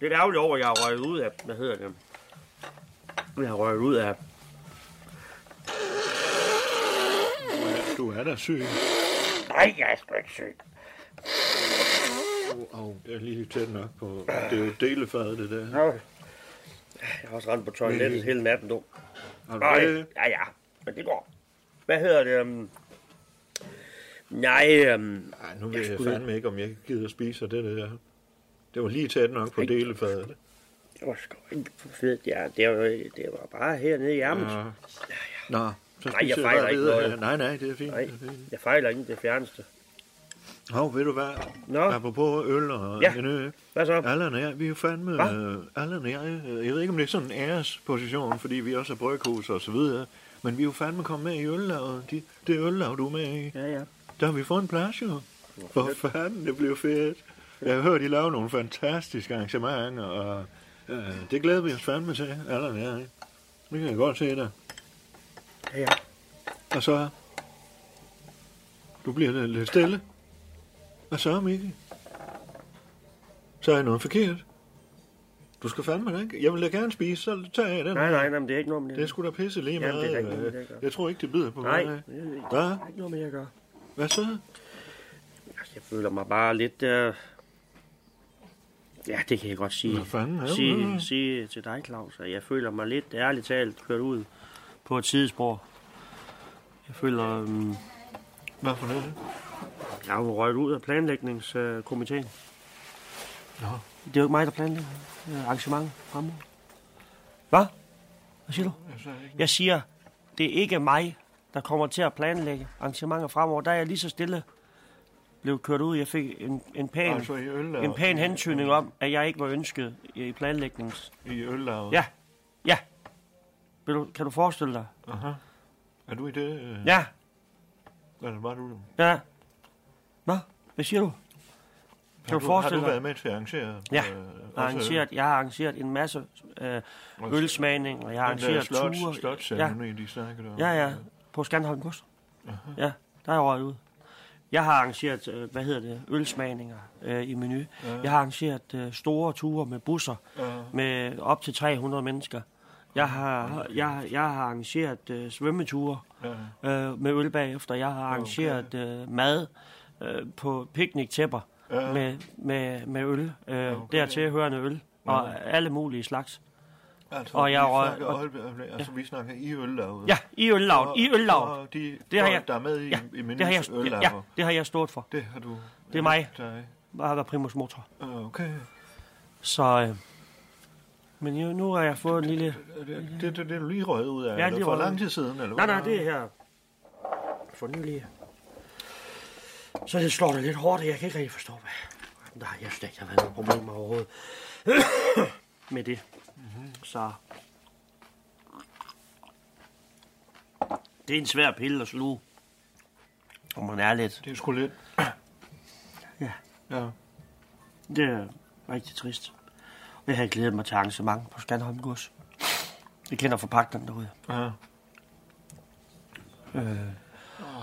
F: Det er ærgerligt over, at jeg har røget ud af... Hvad hedder det? Jeg har røget ud af...
C: Du er da syg.
F: Nej, jeg er sgu ikke syg.
C: Au, au. Jeg er lige tæt nok på. Det er jo et delefad, det der.
F: Nå. Jeg har også rendt på toilettet hele natten, du.
C: Har du
F: Nej,
C: det?
F: ja, ja. Men det går. Hvad hedder det? Um... Nej, um...
C: Ej, nu ved jeg fandme ikke, om jeg gider spise af det der. Det var lige tæt nok på delefadet.
F: det var sgu ikke for fedt. Ja, det, var, det var bare hernede i ærmet. Ja.
C: Nå, så
F: Nej, jeg
C: spiser
F: fejler
C: bare
F: ikke
C: videre.
F: noget.
C: Nej, nej, det er fint.
F: Nej,
C: det er fint.
F: jeg fejler ikke det fjerneste.
C: Hov, ved du hvad?
F: Nå.
C: Apropos øl og
F: Ja.
C: ja. en ø.
F: Hvad så?
C: Allan og jeg, vi er jo fandme...
F: Hva?
C: Øh, Allan og jeg, øh, jeg ved ikke, om det er sådan en æresposition, fordi vi også er bryghus og så videre, men vi er jo fandme kommet med i øllaget. De, det øllav, du er med i.
F: Ja, ja.
C: Der har vi fået en plads, jo. For fanden, det blev fedt. Jeg har hørt, I lave nogle fantastiske arrangementer, og øh, det glæder vi os fandme til, Allan og jeg. Det kan jeg godt se dig.
F: Ja, ja.
C: Og så... Du bliver lidt- lidt stille. Hvad så, Mikkel? Så er jeg noget forkert. Du skal fandme da ikke. Jeg vil da gerne spise, så tager jeg den.
F: Nej, nej, nej, men det er ikke noget med det.
C: Det er sgu da pisse lige
F: Jamen,
C: meget. øh,
F: det er da ikke noget, det gør.
C: jeg tror ikke, det bider på
F: Nej,
C: mig.
F: det øh, er ikke-
C: Hvad?
F: ikke noget med, jeg gør.
C: Hvad så?
F: Altså, jeg føler mig bare lidt... Øh... Ja, det kan jeg godt sige.
C: Hvad fanden er det?
F: sige, sige til dig, Claus, at jeg føler mig lidt ærligt talt kørt ud på et sidespor. Jeg føler, øhm,
C: Hvad for noget?
F: jeg er jo røget ud af planlægningskomiteen.
C: Nå.
F: Det er jo ikke mig, der planlægger øh, arrangementet fremover. Hvad? Hvad siger du? Jeg siger, det er ikke mig, der kommer til at planlægge arrangementer fremover. Der er jeg lige så stille blev kørt ud. Jeg fik en, en pæn...
C: Altså i øllavet.
F: En pæn hentydning om, at jeg ikke var ønsket i planlægnings...
C: I øllavet.
F: Ja. Ja. Vil du, kan du forestille dig?
C: Aha. Er du i det? øh,
F: Ja.
C: Eller var du?
F: Ja. Nå, hvad siger du? Kan
C: Har du, har
F: du
C: du
F: forestille
C: været
F: dig?
C: med til at arrangere?
F: Ja,
C: øh,
F: Jeg har, arrangeret, jeg har arrangeret en masse øh, ølsmagning, og jeg har
C: Den der
F: arrangeret
C: slot,
F: ture. ja,
C: slotceremoni, de snakkede om.
F: ja, ja. På Skandholm Gods. Ja, der er jeg røget ud. Jeg har arrangeret, øh, hvad hedder det, ølsmagninger øh, i menu. Jeg har arrangeret øh, store ture med busser med op til 300 mennesker. Jeg har, jeg, jeg har arrangeret øh, svømmeture øh, med øl bagefter. Jeg har arrangeret øh, mad øh, på picnic-tæpper med, med, med øl, øh, dertil hørende øl og alle mulige slags.
C: Altså,
F: Og
C: og
F: jeg
C: jeg vi
F: røg-
C: snakker,
F: og-
C: og, altså, vi snakker i øllavet.
F: Ja, i øllavet, i øllavet.
C: Og de
F: Det
C: det
F: har
C: folk,
F: jeg-
C: der er med i,
F: Ja,
C: i menus altså?
F: det har jeg,
C: øllavet.
F: ja, det har jeg stået for.
C: Det har du.
F: Det er mig.
C: Dig.
F: Jeg har været primus motor.
C: Ah, Okay.
F: Så, øh, men jo, nu har jeg fået en lille...
C: Det, det, det, det er du lige røget ud af.
F: Ja,
C: Ja, det
F: lige
C: er for
F: røget ud.
C: lang tid siden, eller hvad?
F: Nej, nej, det er her. For nylig. Så det slår det lidt hårdt, og jeg kan ikke rigtig forstå, hvad... Nej, jeg synes ikke, der har været nogen problemer overhovedet med det. Mhm, Så... Det er en svær pille at sluge. Om man er lidt.
C: Det er sgu lidt.
F: Ja.
C: Ja.
F: Det er rigtig trist. Og jeg havde glædet mig til arrangement på Skanholm Gods. Jeg kender forpagterne derude.
C: ja.
F: Øh,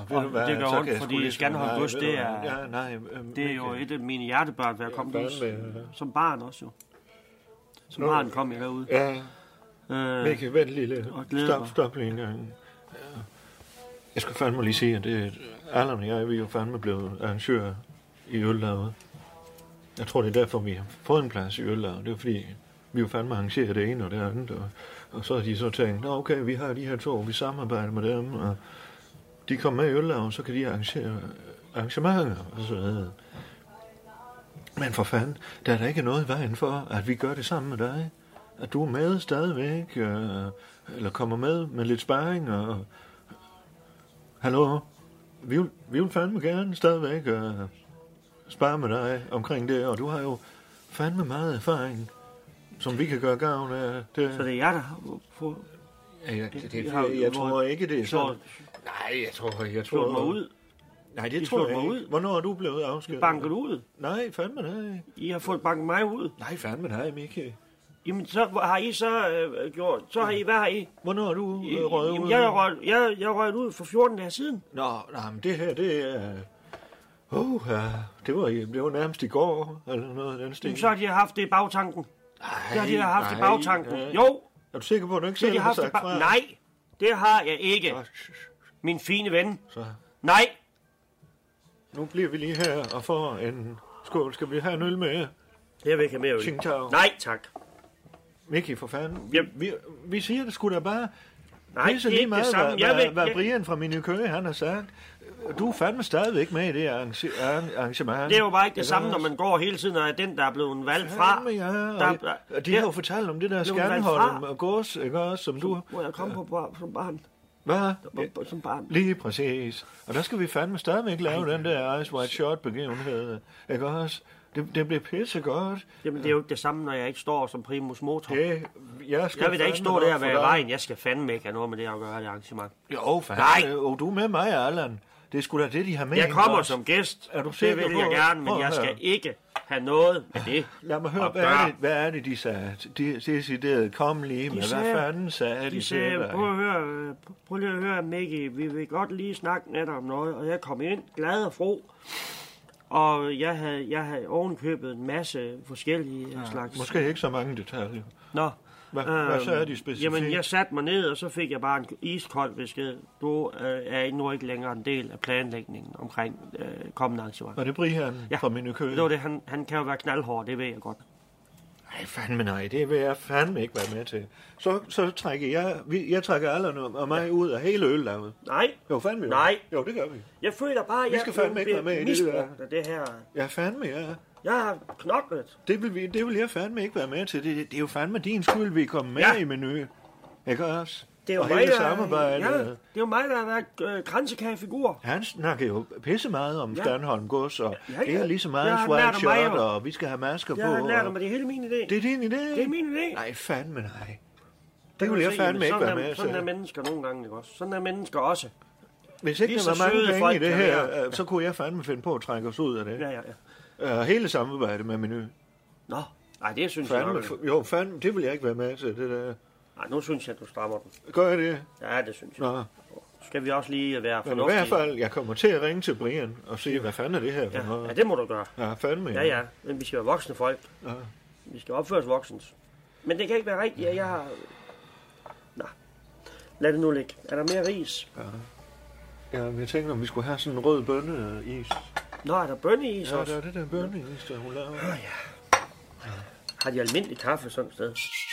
C: Og
F: Og det gør
C: så
F: ondt,
C: kan jeg
F: fordi
C: sgu lige-
F: Skanderborg
C: Nej,
F: Gods,
C: ved du
F: det
C: hvad?
F: er-
C: Ja, nej, øh,
F: Det er jo et af mine hjertebørn, da jeg kom derud.
C: børnebørn,
F: Som barn også jo. Som barn kom jeg derud.
C: Ja,
F: Øh,
C: Mikke, vent lige lidt.
F: Og glæder
C: Stop,
F: mig.
C: stop lige en gang. Ja. Jeg skal fandme lige sige, at det Allan og jeg, vi er jo fandme blevet arrangører i øllavet. Jeg tror, det er derfor, vi har fået en plads i øllavet. Det er fordi, vi jo fandme arrangerer det ene og det andet. Og, og så har de så tænkt, Nå, okay, vi har de her to, vi samarbejder med dem. Og de kommer med i øllavet, så kan de arrangere arrangementer og så videre. Men for fanden, der er da ikke noget i vejen for, at vi gør det sammen med dig. At du er med stadigvæk, øh, eller kommer med med lidt sparring og... Hallo? Vi vil, vi vil fandme gerne stadigvæk øh, spare med dig omkring det, og du har jo fandme meget erfaring, som vi kan gøre gavn af. Det,
F: så det er jeg, der har fået
C: Ja, jeg, det,
F: jeg
C: jeg,
F: har-
C: jeg, jeg tror ikke, det er
F: slået,
C: sådan. Nej, jeg tror, jeg tror...
F: slået mig ud.
C: Nej, det
F: De
C: tror
F: slog
C: jeg
F: mig
C: ikke.
F: ud.
C: Hvornår er du blevet afskedet?
F: Banket ud.
C: Nej, fandme nej.
F: I har fået banket mig ud.
C: Nej, fandme nej, Mikke.
F: Jamen, så har I så øh, gjort... Så har I... Hvad har I?
C: Hvornår er du
F: I
C: øh, røget ud?
F: jamen, jeg, er røget, jeg, jeg er røget ud for 14 dage siden.
C: Nå, nej, men det her, det er... Uh, ja, det, var, i- det var nærmest i går, eller noget af den stil.
F: Jamen, så har de haft det i bagtanken. Det har de haft i
C: nej,
F: bagtanken.
C: nej.
F: Jo,
C: Er du sikker på, at du ikke selv
F: det har de
C: har
F: haft i
C: sagt fra?
F: bagtanken. Nej, det har jeg ikke,
C: Nå, sh- sh-
F: min fine ven.
C: Så,
F: Nej,
C: nu bliver vi lige her og får en skål. Skal vi have en øl med?
F: Jeg vil ikke have mere øl.
C: Tsingtao.
F: Nej, tak.
C: Mickey, for fanden.
F: Jamen.
C: Vi, vi siger det sgu da bare.
F: Nej,
C: Pisse
F: det er
C: lige
F: ikke det
C: meget,
F: samme.
C: hvad,
F: Jeg
C: hvad,
F: vil-
C: hvad
F: jeg-
C: Brian fra Mini Køge, han har sagt. Du er fandme stadigvæk med i det arrange- arrange- arrangement.
F: Det er jo bare ikke det samme,
C: også?
F: når man går hele tiden, og er den, der er blevet valgt fra.
C: Fandme, ja.
F: Der,
C: Der,
F: der,
C: de har jo fortalt om det der
F: Blev hun valgt
C: Skanholm
F: fra?
C: og gods, ikke også, som du...
F: Hvor jeg kom på, på som barn.
C: Hvad?
F: På, som barn.
C: Lige præcis. Og der skal vi fandme stadigvæk lave den der Ice White Shot begivenhed, ikke også? Det, det bliver pissegodt.
F: Jamen, det er jo ikke det samme, når jeg ikke står som primus motor.
C: Det, jeg, skal
F: Jeg vil da
C: fandme
F: ikke stå der og
C: godt
F: være i
C: for dig.
F: vejen. Jeg skal fandme ikke have noget med det at gøre, det arrangement.
C: Jo, fandme.
F: Nej.
C: Nej. Oh, du er med mig, Allan. Det er sgu da det, de har med.
F: Jeg
C: ind
F: kommer
C: også.
F: som gæst.
C: Er du
F: det
C: sikker
F: vil
C: på-
F: jeg gerne, men
C: Prøv at
F: jeg
C: høre.
F: skal ikke have noget med det.
C: Lad mig høre,
F: at
C: hvad er,
F: gøre.
C: det, hvad er det, de sagde? De deciderede, kom lige med. Hvad
F: sagde-
C: fanden sagde de,
F: De
C: til
F: sagde,
C: dig?
F: prøv at høre, øh, prøv lige at høre, Mickey, vi vil godt lige snakke netop om noget. Og jeg kom ind, glad og fro. Og jeg havde, jeg havde ovenkøbet en masse forskellige ja, slags...
C: Måske ikke så mange detaljer.
F: Nå. øhm,
C: Hvad- hvad så er de specifikt?
F: Jamen, jeg satte mig ned, og så fik jeg bare en iskold besked. Du øh, er nu ikke længere en del af planlægningen omkring øh, kommende arrangement.
C: Var det Brian ja. fra Mini Køge?
F: Det var det, han, han kan jo være knaldhård, det ved jeg godt.
C: Nej, fandme nej, det vil jeg fandme ikke være med til. Så, så trækker jeg, vi, jeg trækker Allan og og mig ud af hele øllavet.
F: Nej,
C: Jo, fandme jo.
F: Nej.
C: Jo, det gør vi.
F: jeg føler bare, at jeg
C: skal fandme ikke
F: bliver
C: være med i det
F: misbrugt af det her.
C: Ja, fandme, ja.
F: Jeg har knoklet.
C: Det vil, vi, det vil jeg fandme ikke være med til. Det, det er jo fandme din skyld, vi kommer med
F: Ja.
C: i menu. Ikke også?
F: Det er jo
C: og
F: mig,
C: hele
F: der-
C: samarbejdet.
F: Ja, det er jo mig, der har været øh, kransekagefigur.
C: Han snakker jo pisse meget om ja.
F: Ja.
C: Stjernholm Gods, og ja,
F: Ja,
C: ja.
F: ja.
C: det er lige så
F: Jeg
C: meget
F: har lært
C: swipe
F: om mig,
C: shot,
F: jo.
C: og vi skal have masker
F: Jeg
C: på.
F: har lært
C: og-
F: mig, det er hele min idé.
C: Det er din idé.
F: Det er min idé.
C: Nej, fandme nej.
F: Der
C: Det
F: kan
C: vil
F: du
C: jeg
F: se,
C: fandme
F: jamen,
C: ikke
F: sådan
C: være
F: er-
C: med
F: Sådan er
C: til.
F: mennesker nogle gange, ikke også? Sådan er mennesker også.
C: Hvis ikke
F: Lige
C: der var
F: så
C: mange
F: søde
C: penge
F: folk
C: i det
F: kan
C: her,
F: være.
C: øh, så kunne jeg fandme finde på at trække os ud af det.
F: Ja, ja, ja.
C: Øh, hele samarbejdet med menu.
F: Nå, nej, det synes jeg
C: Fandme,
F: nok.
C: f- jo, fandme, det vil jeg ikke være med til, det der.
F: Nej, nu synes jeg, du strammer den.
C: Gør jeg det?
F: Ja, det synes jeg.
C: Nå,
F: Skal vi også lige være
C: men i hvert
F: fornuftige?
C: fald, jeg kommer til at ringe til Brian og sige, hvad fanden er det her for
F: Ja,
C: noget?
F: ja, det må du gøre.
C: Ja, fandme.
F: Ja, ja, men vi skal være voksne folk.
C: Ja.
F: Vi skal opføre os voksens. Men det kan ikke være rigtigt, at jeg har... Nå, lad det nu ligge. Er der mere ris?
C: Ja, men jeg tænkte, om vi skulle have sådan en rød bønneis.
F: Nå, er der bønneis
C: Ja,
F: også?
C: der er det der bønneis, der hun laver.
F: Har de almindelig kaffe sådan et sted?